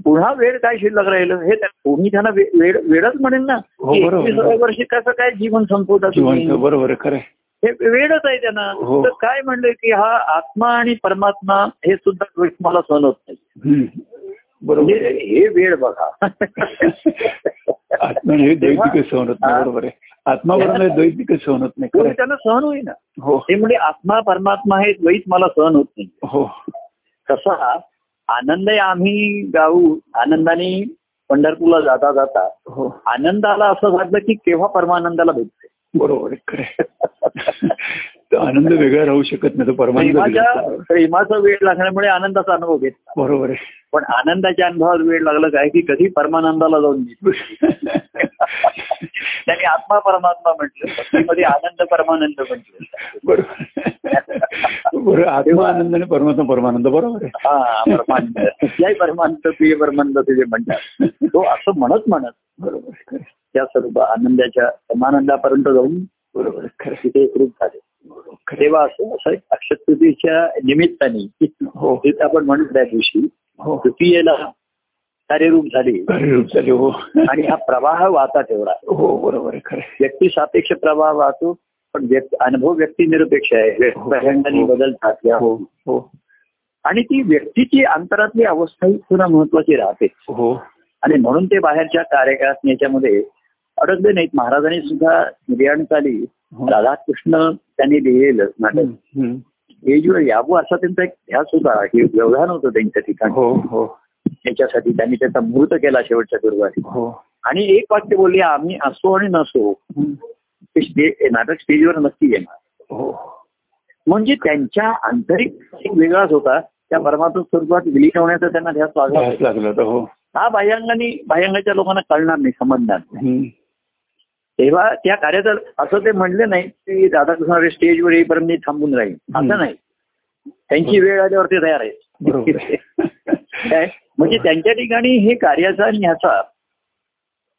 A: पुन्हा वेळ काय शिल्लक राहिलं हे त्या- कोणी त्यांना वे- वेळ वेळच म्हणेल ना
B: हो,
A: की
B: बरोबर.
A: एकविसाव्या वर्षी कसं काय जीवन संपवता तुम्ही?
B: जिवंत बरोबर आहे खरं आहे.
A: हे वेळच आहे त्यांना
B: हो.
A: तर काय म्हणलं की हा आत्मा आणि परमात्मा हे सुद्धा वेळ मला सहन होत नाही
B: हम्म. बरोबर
A: म्हणजे
B: आहे.
A: हे वेळ बघा
B: आत्मा हे द्वैत
A: तेव्हा-
B: तिकडे सहन होत नाही
A: हा?
B: बरोबर आहे आत्मावरण हे द्वैत तिकडे सहन होत नाही खरं
A: कोणी
B: आहे.
A: त्यांना सहन होईना
B: हो
A: ते म्हणजे आत्मा परमात्मा हे द्वैत मला सहन होत नाही
B: हो
A: कसा आनंद आम्ही गाऊ आनंदाने पंढरपूरला जाता जाता
B: हो
A: आनंदाला असं वाटलं की केव्हा परमानंदाला भेटते
B: बरोबर आहे खरं आहे. तो आनंद वेगळा राहू शकत नाही तो परमानंद वेगळा
A: प्रेमाच्या
B: असतो.
A: प्रेमाचा वेळ लागल्यामुळे आनंदाचा अनुभव घेतला
B: बरोबर आहे
A: पण आनंदाच्या अनुभवात वेळ लागलं काय की कधी परमानंदाला जाऊन दिसतो त्याने आत्मा परमात्मा म्हटलं भक्तीमध्ये आनंद परमानंद म्हटलं
B: बरोबर बरोबर आत्मा आनंद आणि परमात्मा परमानंद बरोबर आहे
A: हा परमानंद याही परमानंद प्रिय परमानंद तुझे म्हणतात तो असं म्हणत म्हणत
B: बरोबर आहे, खरं आहे.
A: त्या सर्व आनंदाच्या परमानंदापर्यंत जाऊन
B: बरोबर आहे, खरं आहे.
A: तिथे एकरूप झाले
B: बरोबर आहे, खरं आहे.
A: तेव्हा असं असं एक अक्षतृतीच्या निमित्ताने
B: हो
A: तिथे आपण म्हणतो त्या दिवशी
B: हो
A: तृतीयेला कार्यरूप झाली
B: अरे रुपसाली, हो
A: आणि हा प्रवाह वाहता ठेवला
B: हो बरोबर आहे खरं आहे.
A: व्यक्ती सापेक्ष प्रवाह वाहतो पण व्यक्- अनुभव व्यक्ती निरपेक्ष आहे
B: हो.
A: पहिल्यांदानी बदल घातल्या
B: हो हो
A: आणि ती व्यक्तीची अंतरातली अवस्था ही पुन्हा महत्वाची राहते
B: हो
A: आणि म्हणून ते बाहेरच्या कार्यकाळात याच्यामध्ये अडकले नाहीत महाराजांनी सुद्धा निर्याण चाली
B: हो.
A: राधाकृष्ण त्यांनी लिहिलेलं नाटक
B: हम्म, हम्म.
A: हे जीवन यावं असा त्यांचा एक ध्यास होता हे व्यवधान होतं त्यांच्या ठिकाणी
B: हो हो
A: त्याच्यासाठी त्यांनी त्याचा मृत केला शेवटच्या गुरुवारी
B: हो
A: आणि एक वाक्य बोलले आम्ही असो आणि नसो
B: हम्म.
A: ते स्टे- नाटक स्टेजवर नक्की येणार
B: हो
A: म्हणजे त्यांच्या आंतरिक एक वेगळाच होता त्या परमात्म स्वरूपात विलीन होण्याचा त्यांना ध्यास लागला
B: त्रास लागला होता हो
A: हा बाह्यांगाने बाह्यांगाच्या लोकांना कळणार नाही समजणार नाही.
B: हम्म.
A: तेव्हा त्या कार्याचं असं ते म्हणले नाही की राधाकृष्ण स्टेजवर येईपर्यंत मी थांबून राहील असं
B: हम्म.
A: नाही त्यांची वेळ आल्यावर ते तयार
B: बरोबर आहे.
A: आहेत काय म्हणजे त्यांच्या ठिकाणी हे कार्याचा आणि ह्याचा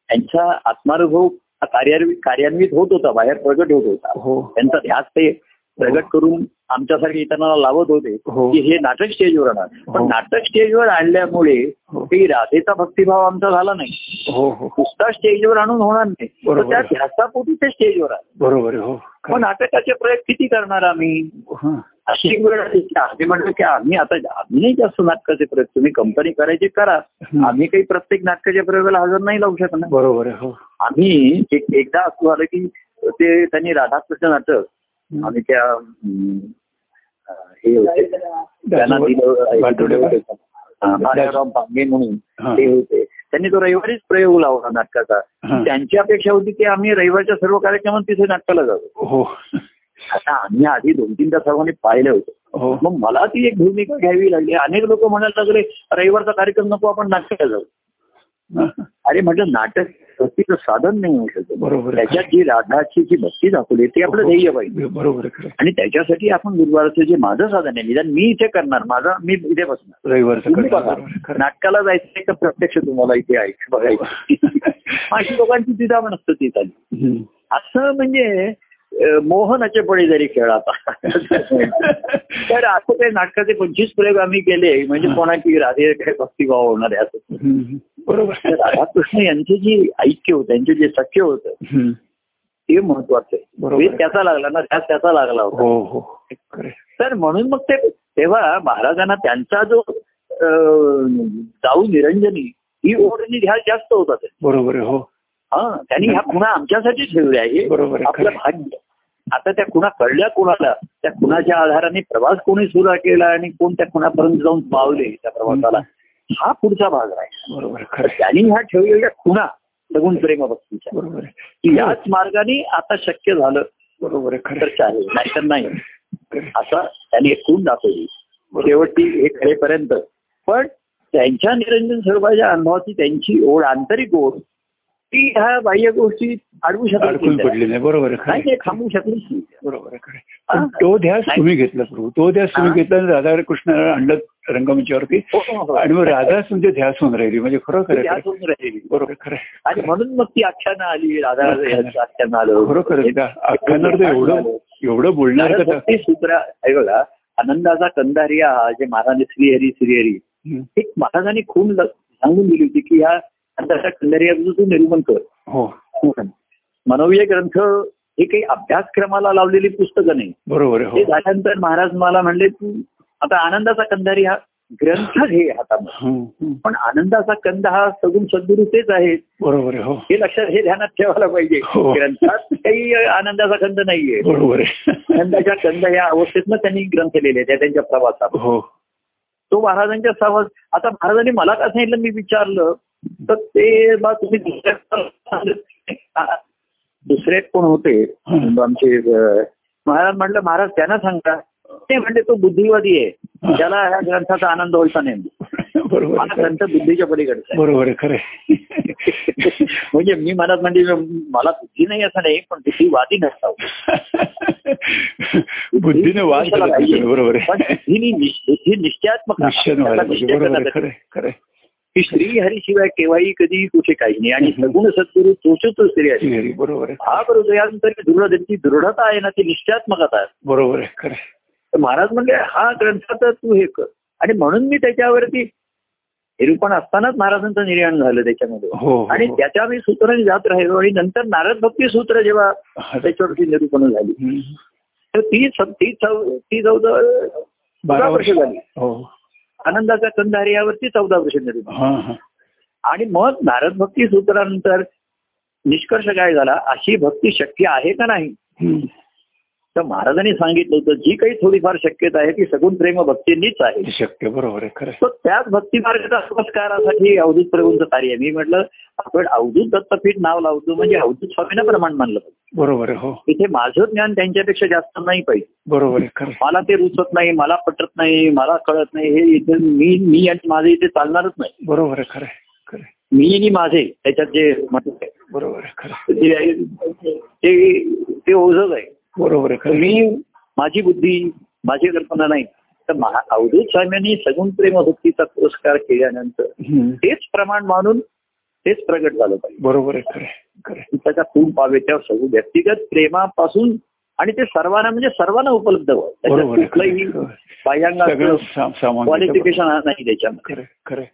A: त्यांचा आत्मानुभव हा कार्यान्वित कार्यान्वित होत होता बाहेर प्रगट होत होता
B: हो
A: त्यांचा ध्यास ते प्रगट करून आमच्यासारखे इतरांना लावत होते
B: हो.
A: की हे नाटक स्टेजवर आणणार पण
B: हो.
A: नाटक स्टेजवर आणल्यामुळे
B: हो.
A: ते राधेचा भक्तिभाव आमचा झाला नाही
B: हो हो
A: नुसता स्टेजवर आणून होणार नाही तर
B: बरोबर.
A: त्या ध्यासापोटी ते स्टेजवर आले
B: बरोबर आहे हो खरं
A: पण नाटकाचे प्रयोग किती करणार आम्ही
B: हा.
A: अशी एक वेळ आली की आम्ही म्हणलो की आम्ही आता आम्ही नाही जास्त नाटकाचे प्रयोग तुम्ही कंपनी करायचे करा
B: हम्म.
A: आम्ही काही प्रत्येक नाटकाच्या प्रयोगाला हजर नाही लावू शकणार
B: बरोबर आहे हो
A: आम्ही एक- एकदा असं झालं की ते त्यांनी राधाकृष्ण नाटक
B: हम्म.
A: आम्ही त्या हम्म, अं, हे होते त्यांना दिलं
B: वाटोडेवर.
A: हा, बाळाराम पांगे म्हणून
B: हा.
A: ते होते त्यांनी तो रविवारीच प्रयोग लावला नाटकाचा
B: हा.
A: त्यांची अपेक्षा होती की आम्ही रविवारच्या सर्व कार्यक्रमात तिथे नाटकाला जाऊ
B: हो
A: आता आम्ही आधी दोन तीन तासामध्ये पाहिलं होतं
B: हो
A: मग मला ती एक भूमिका घ्यावी लागली अनेक लोक म्हणायला लागले रविवारचा कार्यक्रम नको आपण नाटकाला जाऊ
B: हा.
A: अरे म्हटलं नाटक भक्तीचं साधन नाही होऊ शकत
B: बरोबर आहे.
A: त्याच्यात जी राधाची जी भक्ती दाखवली ती आपलं
B: हो.
A: ध्येय पाहिजे
B: बरोबर आहे, खरं आहे.
A: आणि त्याच्यासाठी आपण गुरुवारचं जे माझं साधन आहे निदान मी इथे करणार माझा मी इथे बसणार
B: रविवारचं
A: तुम्ही
B: खरं आहे,
A: बघा.
B: बरोबर आहे, हो. खरं आहे.
A: नाटकाला जायचंय का प्रत्यक्ष तुम्हाला इथे ऐक बघायचं अशी लोकांची तिथं पण असतं तिथं
B: हम्म.
A: असं म्हणजे अं, मोहनाचे पडे जरी खेळ आता तर असं काही नाटकाचे पंचवीस प्रयोग आम्ही केले म्हणजे कोणाची राधे काय भक्तिभाव होणार आहे असं
B: हम्म. बरोबर
A: तर राधाकृष्ण यांचे जे ऐक्य होतं यांचे जे सख्य होतं
B: हम्म.
A: ते महत्वाचं आहे
B: बरोबर.
A: वेद त्याचा लागला ना त्यास त्याचा लागला होता
B: हो हो खरं आहे.
A: तर म्हणून मग ते तेव्हा महाराजांना त्यांचा जो अं, जाऊ निरंजनी ही ओढणी ह्या जास्त होतात
B: बरोबर आहे, हो
A: हा त्यांनी ह्या खुणा आमच्यासाठी ठेवल्या आहे
B: बरोबर आहे,
A: आपलं
B: खरं.
A: भाग्य आता त्या खुणा कळल्या कोणाला त्या खुणाच्या आधाराने प्रवास कोणी सुरू केला आणि कोण त्या खुणापर्यंत जाऊन पावले त्या प्रवासाला हा पुढचा भाग आहे
B: बरोबर आहे,
A: तर
B: खरं आहे.
A: त्यांनी ह्या ठेवलेल्या खुणा सगुण प्रेम भक्तीच्या
B: बरोबर आहे. हो,
A: की याच मार्गाने आता शक्य झालं
B: बरोबर आहे, खरं
A: तर
B: आहे.
A: चालेल नाहीतर नाही
B: खरं आहे.
A: असा त्यांनी एक खूण दाखवली शेवटी हे खरेपर्यंत पण त्यांच्या निरंजन स्वरूपाच्या अनुभवाची त्यांची ओढ आंतरिक ओढ ती ह्या बाह्य गोष्टी अडवू शकत
B: अडकून
A: नाही
B: पडली नाही बरोबर आहे, खरं
A: नाही
B: आहे.
A: ते थांबू शकलीच नाही
B: बरोबर आहे, खरं आहे.
A: हा.
B: पण तो ध्यास
A: नाही.
B: तुम्ही घेतला प्रभू तो ध्यास तुम्ही
A: हा.
B: घेतला आणि राधा कृष्णाला आणलं रंगमंचावरती
A: हो, हो, हो.
B: आणि मग राधाच म्हणजे ध्यास होऊन राहिली म्हणजे खरं खरं
A: ती आज
B: आहे, खरं आहे.
A: होऊन राहिली.
B: बरोबर आहे, खरं आहे.
A: आणि म्हणून मग ती आख्यानं आली राधा यांचं आख्यान आलं
B: खरोखर एकदा अख्खांवर तर एवढं एवढं बोलणार
A: नारद
B: का
A: भक्ती सूत्र आहे बघा आनंदाचा कंदारिया हा जे महाराज श्रीहरी श्रीहरी
B: हं.
A: एक महाराजांनी खून ल- सांगून दिली होती की ह्या आनंदाच्या कंदारियाचं तू निरूपण कर
B: हो
A: मनोवीय ग्रंथ हे काही अभ्यासक्रमाला लावलेली पुस्तकं नाही
B: बरोबर आहे,
A: ते
B: हो
A: झाल्यानंतर महाराज मला म्हणले तू आता आनंदाचा कंधारी हा ग्रंथ घे हातामध्ये
B: हं, हं.
A: पण आनंदाचा कंद हा सगुण सद्गुरू तेच आहेत
B: बरोबर आहे, हो
A: हे लक्षात हे ध्यानात ठेवायला पाहिजे
B: हो.
A: ग्रंथात काही आनंदाचा कंद नाहीये
B: बरोबर आहे
A: आनंदाच्या कंद या अवस्थेतनं त्यांनी ग्रंथ लिहिले त्या त्यांच्या प्रवासात
B: हो
A: तो महाराजांच्या सहवास आता महाराजांनी मला का सांगितलं मी विचारलं तर ते बा तुम्ही दुसऱ्या दुसरे कोण होते आमचे अं, महाराज म्हटलं महाराज त्यांना सांगा ते म्हणजे तो बुद्धिवादी आहे त्याला ह्या ग्रंथाचा आनंद व्हायचा नाही
B: बरोबर
A: हा
B: आहे, खरं
A: ग्रंथ बुद्धीच्या पलीकडचा
B: आहे.
A: आहे.
B: बरोबर आहे खरं आहे.
A: म्हणजे मी मनात म्हणजे मला बुद्धी नाही असं नाही पण बुद्धिवादी नसता
B: बुद्धीने वाद
A: कशाला
B: करत नाही,
A: पाहिजे?
B: बरोबर
A: पण
B: आहे
A: बुद्धीने निश- बुद्धी निश्चयात्मक आहे.
B: निश्चय
A: त्याला
B: व्हायला
A: निश्चय
B: पाहिजे बरोबर आहे
A: करता
B: खरं आहे, खरं आहे.
A: की श्री हरीशिवाय केव्हाही कधी कुठे काही नाही आणि
B: हम्म.
A: सगुण सद्गुरू तोच तो श्री हरी
B: श्रीहरी, बरोबर आहे
A: हा बरोबर यानंतर दृढ त्यांची दृढता आहे ना ती निश्चयात्मकता आहे
B: बरोबर आहे खरं आहे.
A: तर महाराज म्हणजे हा ग्रंथाचा तू हे कर आणि म्हणून मी त्याच्यावरती निरूपण असतानाच महाराजांचं निर्याण झालं त्याच्यामध्ये
B: हो, हो,
A: आणि
B: हो.
A: त्याच्या मी सूत्राने जात राहिलो आणि नंतर नारद भक्ती सूत्र जेव्हा
B: हा.
A: त्याच्यावरती निरूपण झाली
B: हं.
A: तर ती सं- ती चौ- ती जवळजवळ
B: बारा
A: बारा
B: वर्ष
A: वर्ष झाली
B: हो
A: आनंदाच्या कंधारियावरती चौदा वर्ष निरूपण
B: हा हा
A: आणि मग नारद भक्ती सूत्रानंतर निष्कर्ष काय झाला अशी भक्ती शक्य आहे का नाही
B: हं.
A: तर महाराजांनी सांगितलं होतं जी काही थोडीफार शक्यता आहे ती सगुण प्रेम भक्तींनीच आहे
B: ते शक्य बरोबर आहे खरं आहे.
A: तर त्याच भक्ती मार्गाच्या संस्कारासाठी अवधूत प्रभूंचं कार्य आहे. मी म्हटलं आपण अवधूत दत्तपीठ नाव लावतो म्हणजे अवधूत स्वामींना प्रमाण मानलं पाहिजे.
B: बरोबर आहे हो
A: इथे माझं ज्ञान त्यांच्यापेक्षा जास्त नाही पाहिजे
B: बरोबर आहे खरं आहे.
A: मला ते रुचत नाही मला पटत नाही मला कळत नाही हे इथे मी मी आणि माझे इथे चालणारच नाही
B: बरोबर आहे खरं आहे, खरं आहे.
A: मी आणि माझे त्याच्यात जे म्हटलं आहे,
B: बरोबर आहे खरं आहे.
A: ते ते- ते ओझच आहे
B: बरोबर आहे खरं आहे.
A: मी माझी बुद्धी माझी कल्पना नाही तर महा अवधूत स्वामींनी सगुण प्रेम भक्तीचा पुरस्कार केल्यानंतर
B: हं.
A: तेच प्रमाण मानून तेच प्रगट झालं पाहिजे
B: बरोबर आहे खरं आहे, खरं आहे.
A: की त्याचा खूप पावे त्या सगळं व्यक्तिगत प्रेमापासून आणि ते सर्वांना म्हणजे सर्वांना उपलब्ध व्हावं त्याच्यात
B: बरोबर आहे, खरं आहे.
A: कुठलंही बाह्यांगाचं
B: सगळं साम- सामान
A: क्वालिफिकेशन नाही त्याच्यामध्ये
B: खरं आहे, खरं आहे.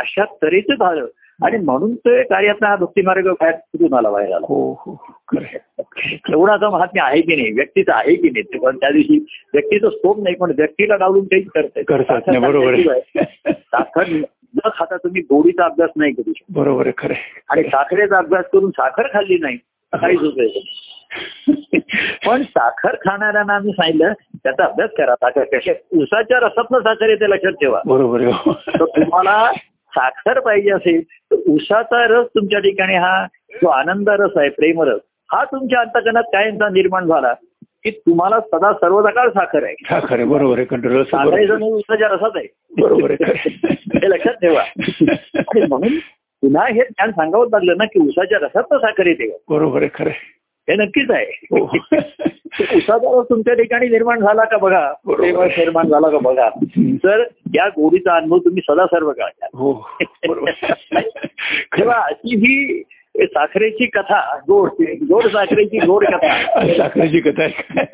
A: अशा तऱ्हेचं झालं आणि म्हणून ते कार्यातला हा भक्तिमार्ग बाहेर कुठून आला बाहेर आला
B: हो हो खरं आहे.
A: कोणाचं महात्म्य आहे की नाही व्यक्तीचं आहे की नाही ते पण त्या दिवशी व्यक्तीचं स्कोप नाही पण व्यक्तीला डावलून काही करते
B: करतात नाही बरोबर आहे
A: साखर न खाता तुम्ही गोडीचा अभ्यास नाही करू शकत
B: बरोबर आहे खरं आहे.
A: आणि साखरेचा अभ्यास करून साखर खाल्ली नाही काहीच उपयोग नाही. पण साखर खाणाऱ्यांना आम्ही सांगितलं त्याचा अभ्यास करा साखर कशा उसाच्या रसातलं साखर येते लक्षात ठेवा
B: बरोबर आहे हो.
A: तर तुम्हाला साखर पाहिजे असेल तर उसाचा रस तुमच्या ठिकाणी हा जो आनंद रस आहे प्रेमरस हा तुमच्या अंतकणात कायमचा निर्माण झाला की तुम्हाला सदा सर्वदा काळ साखर आहे
B: हा खरं आहे, बरोबर आहे कंट्रोल
A: साखर हे जणू उसाच्या रसात आहे
B: बरोबर आहे खरं आहे.
A: हे लक्षात ठेवा आणि म्हणून पुन्हा हे ज्ञान सांगावंच लागलं ना की उसाच्या रसात साखर येते का?
B: बरोबर आहे खरं आहे.
A: हे नक्कीच आहे
B: हो.
A: उसाचा रस तुमच्या ठिकाणी निर्माण झाला का बघा
B: बरोबर.
A: प्रेमात निर्माण झाला का बघा तर या गोडीचा अनुभव तुम्ही सदा सर्व काळ घ्या
B: हो बरोबर
A: तेव्हा अशी ही साखरेची कथा गोड गोड साखरेची गोड कथा
B: साखरेची कथा आहे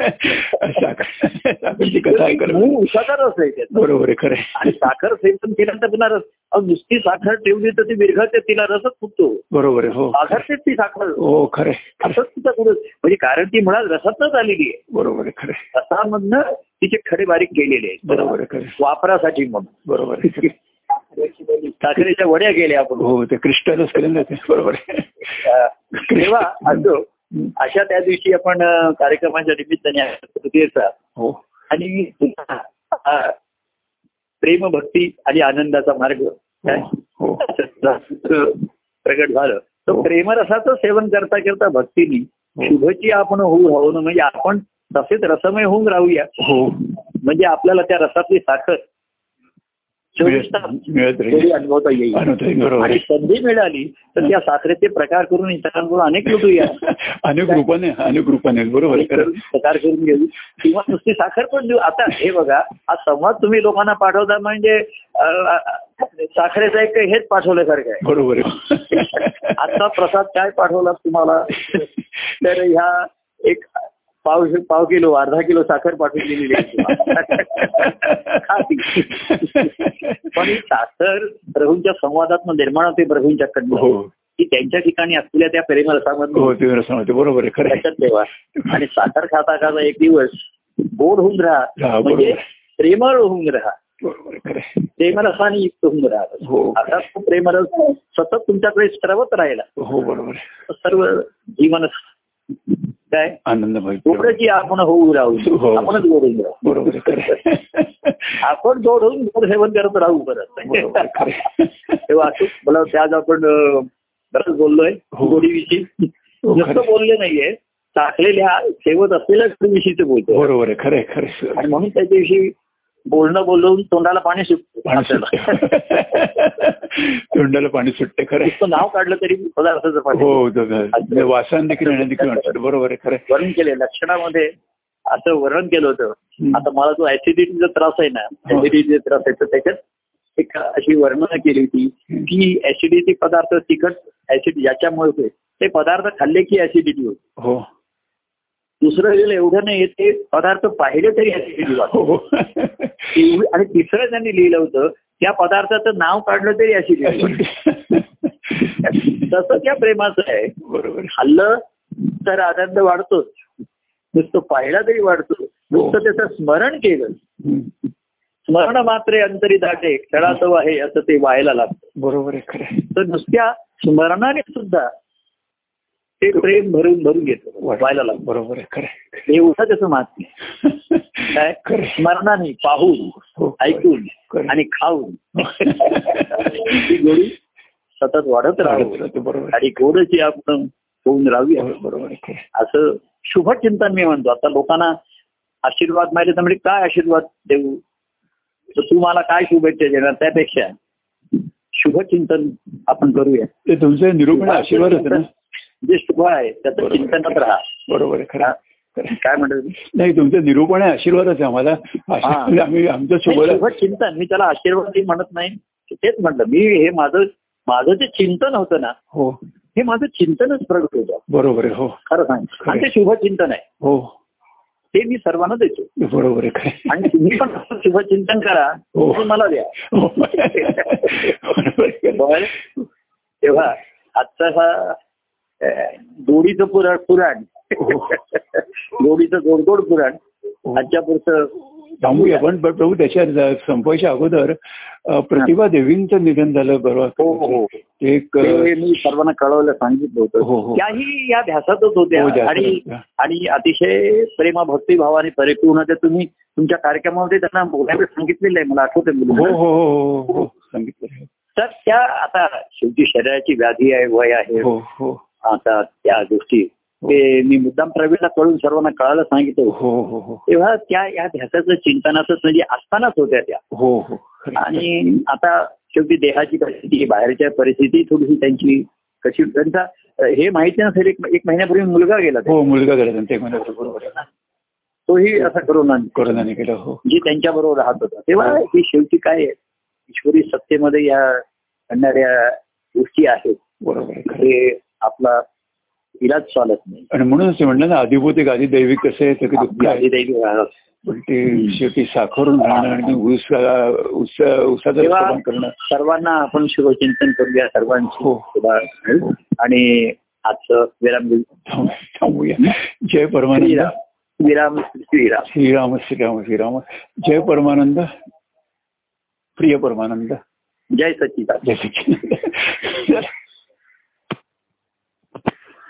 B: साखर- साखरेची कथा आहे खरं
A: मूळ उसाचा रस आहे त्याचा
B: बरोबर आहे खरं
A: आणि
B: आहे.
A: साखर सेवन केल्यानंतर पुन्हा रस अहो, नुसती साखर ठेवली तर ती विरघळते तिला रसच फुटतो
B: बरोबर आहे हो
A: साखरतेच ती साखर
B: हो खरं आहे.
A: असंच तिचा गुण म्हणजे कारण ती मुळात रसातच आलेली आहे
B: बरोबर आहे खरं आहे.
A: रसामधनं तिचे खडे बारीक केलेले आहेत
B: बरोबर आहे खरं आहे.
A: वापरासाठी म्हणून
B: बरोबर आहे खरं आहे.
A: साखरेच्या वड्या केल्या आपण
B: हो ते क्रिस्टलच केलं ना ते बरोबर आहे
A: अं, तेव्हा असं अशा त्या दिवशी आपण अं, कार्यक्रमाच्या निमित्ताने आहे, तृतीयेचा
B: हो
A: आणि हा, प्रेम भक्ती आणि आनंदाचा मार्ग
B: हो, हो
A: प्रगट झालं तर
B: हो.
A: प्रेमरसाचं सेवन करता करता भक्तीनी
B: हो.
A: शुभची आपण होऊ राहू ना म्हणजे आपण तसेच रसमय होऊन राहूया
B: हो
A: म्हणजे आपल्याला त्या रसातली साखर चोवीस तास
B: मिळत मिळत
A: तरी
B: राहील
A: अनुभवता येईल
B: अनुभव आहे, बरोबर
A: आणि
B: आहे
A: संधी मिळाली तर त्या साखरेचे प्रकार करून इतरांकडून अनेक लुटूया
B: अनेक रूपाने अनेक रूपाने बरोबर आहे, खरं आहे.
A: प्रकार करून घेऊ किंवा नुसती साखर पण देऊ आता हे बघा हा संवाद तुम्ही लोकांना पाठवता म्हणजे अं, अं, साखरेचं एक हेच पाठवल्यासारखं आहे
B: बरोबर आहे
A: आता प्रसाद काय पाठवला तुम्हाला तर ह्या एक पाव पाव किलो अर्धा किलो साखर पाठवून दिलेली आहे तुम्हाला. खाती. पण ही साखर प्रभूंच्या संवादात निर्माण होते प्रभूंच्या
B: हो
A: कडनं की त्यांच्या ठिकाणी असलेल्या त्या
B: हो
A: प्रेमरसामध्ये
B: ते रसना होते बरोबर आहे खरं आहे.
A: लक्षात ठेवा आणि साखर खाता खाता एक दिवस गोड होऊन
B: हा,
A: राहा
B: बरोबर.
A: म्हणजे प्रेमळ होऊन राहा
B: बरोबर आहे खरं आहे.
A: प्रेमरसाने युक्त होऊन राहा
B: हो.
A: आता तो प्रेमरस सतत तुमच्याकडे स्रवत राहिला
B: हो बरोबर आहे.
A: सर्व जीवन काय
B: आनंदमय
A: गोडची आपण होऊ
B: हो.
A: राहू आपणच गोड होऊन राहू
B: बरोबर आहे खरं आहे.
A: आपण गोड होऊन गोड सेवन करत राहू
B: बरोबर आहे,
A: परत
B: खरं आहे.
A: तेव्हा असं मला ते आज आपण अ, बरंच बोललोय
B: हो.
A: गोडीविषयी
B: हो, खरं.
A: जास्त बोलले नाहीये टाकलेल्या सेवत असलेल्या गोडीविषयीच बोलतो
B: बरोबर आहे खरं आहे, खरं आहे, सर.
A: आणि म्हणून त्याच्याविषयी बोलणं बोलून तोंडाला पाणी सुटतं
B: पाणी
A: आपल्याला.
B: सुटते तोंडाला पाणी सुटते खरं आहे.
A: नुसतं नाव काढलं तरी पदार्थाचं पाणी
B: हो दादा वासान देखील येणं देखील वाटतं बरोबर आहे खरं आहे.
A: वर्णन केले लक्षणामध्ये असं वर्णन केलं होतं
B: हम्म. हो.
A: आता मला जो ऍसिडिटीचा त्रास आहे ना ऍसिडिटीचा त्रास आहे तर त्याच्यात एक अशी वर्णन केली होती
B: हम्म.
A: की ऍसिडिटी पदार्थ तिखट ऍसिड ज्याच्यामुळे होते ते पदार्थ खाल्ले की ऍसिडिटी होते
B: हो
A: दुसरं गेलं एवढं नाही ते पदार्थ पाहिले तरी ऍसिडिटी वाटते
B: हो
A: एवढी- आणि तिसरं त्यांनी लिहिलं होतं त्या पदार्थाचं नाव काढलं तरी ऍसिडिटी तसं त्या प्रेमाचं आहे
B: बरोबर
A: खाल्लं तर आनंद वाढतोच नुसतं पाहिला तरी वाढतो नुसतं त्याचं स्मरण केलं
B: हम्म.
A: स्मरण मात्र अंतरी दाटे खेळाचं आहे असं ते व्हायला लागतं
B: बरोबर आहे खरं आहे.
A: तर नुसत्या स्मरणाने सुद्धा ते प्रेम भरून भरून घेतो व्हायला लागतं
B: बरोबर आहे खरं आहे.
A: एवढं त्याचं महात्म्य आहे. काय
B: खरं आहे.
A: स्मरणाने पाहून
B: हो,
A: ऐकून
B: खरं.
A: आणि खाऊन ही
B: खरं.
A: गोडी सतत वाढत राहू
B: वाढत राहते, बरोबर हो, आहे. हो,
A: आणि गोडची आपण होऊन राहूया
B: बरोबर आहे खरं आहे.
A: असं शुभचिंतन मी म्हणतो आता लोकांना आशीर्वाद माहिले तर म्हणजे काय आशीर्वाद देऊ तर तू मला काय शुभेच्छा देणार त्यापेक्षा शुभचिंतन आपण करूया
B: ते तुमचं निरूपण म्हणजे आशीर्वाद होते ना
A: जे शुभ आहे त्याचं
B: बरोबर.
A: चिंतनात राहा
B: बरोबर आहे खरं आहे. खरं आहे.
A: काय म्हणतो तुम्ही?
B: नाही तुमचं निरूपण आहे आशीर्वादच आहे आम्हाला आशीर्वाद आम्ही आमचं
A: नाही,
B: शुभ म्हणजे
A: शुभचिंतन मी त्याला आशीर्वादही म्हणत नाही तेच म्हटलं मी हे माझं माझं जे चिंतन होतं ना
B: हो
A: हे माझं चिंतनच प्रगट होतं
B: बरोबर आहे हो
A: खरं सांग आणि ते शुभचिंतन आहे
B: हो
A: ते मी सर्वांना देतो
B: बरोबर आहे खरं आहे.
A: आणि तुम्ही पण असं शुभचिंतन करा
B: हो.
A: आणि मला द्या
B: हो. बरोबर आहे.
A: बरं. तेव्हा आजचा हा अं, गोडीचं पुराण पुराण
B: हो.
A: गोडीचं गोडगोड पुराण
B: हो.
A: आजच्या पुढचं
B: थांबूया पण पण प्रभू त्याच्या ज- संपवायच्या अगोदर अ, प्रतिभा देवींचं निधन झालं
A: हो
B: बरोबर
A: हो
B: एक अ,
A: ते मी सर्वांना कळवलं सांगितलं
B: हो,
A: होतं
B: हो.
A: त्याही या ध्यासातच होत्या
B: हो, ध्यासात
A: आणि
B: होत्या.
A: आणि अतिशय प्रेमा भक्तिभावाने परिपूर्ण ते तुम्ही तुमच्या कार्यक्रमामध्ये त्यांना बोलायला सांगितलेलं आहे मला आठवते
B: हो हो हो हो हो सांगितलं आहे.
A: तर त्या आता शेवटी शरीराची व्याधी आहे वय आहे
B: हो हो
A: आता त्या गोष्टी ते मी मुद्दाम प्रवीणला कळून सर्वांना कळायला सांगितलं
B: हो हो हो
A: तेव्हा त्या या ध्यासाचं चिंतनाचं म्हणजे असतानाच होत्या त्या
B: हो हो खरं आहे.
A: आणि आता शेवटी देहाची परिस्थिती बाहेरच्या परिस्थिती थोडीशी त्यांची कशी त्यांचा अ, हे माहिती नसेल एक एक महिन्यापूर्वी मुलगा गेला त्यांचा.
B: हो मुलगा गेला त्यांचा एक महिन्याचा बरोबर आहे.
A: तोही असा करोना
B: कोरोनाने केलं हो
A: जे त्यांच्याबरोबर राहत होता तेव्हा
B: हो.
A: हे शेवटी काय आहे? ईश्वरी सत्तेमध्ये या घडणाऱ्या गोष्टी आहेत
B: बरोबर आहे खरं.
A: हे आपला इलाज चालत नाही
B: आणि म्हणूनच ते म्हणलं ना आधिभूत एक आधिदैविक कसं आहे तर की दुःख
A: आपली
B: आहे
A: आदिदैवी राहत.
B: पण ते शेवटी साखरून राहणं आणि ऊस ऊस ऊसाचं
A: तेव्हा
B: उत्पादन करणं
A: सर्वांना आपण शुभचिंतन करूया सर्वांची
B: हो.
A: सुद्धा. आणि आजचं विराम घेऊ.
B: थांब- थांबूया जय परमानंद
A: श्रीराम विराम श्रीराम
B: श्रीराम श्रीराम श्रीराम जय परमानंद प्रिय परमानंद
A: जय सच्चिदानंद
B: जय सच्चिदानंद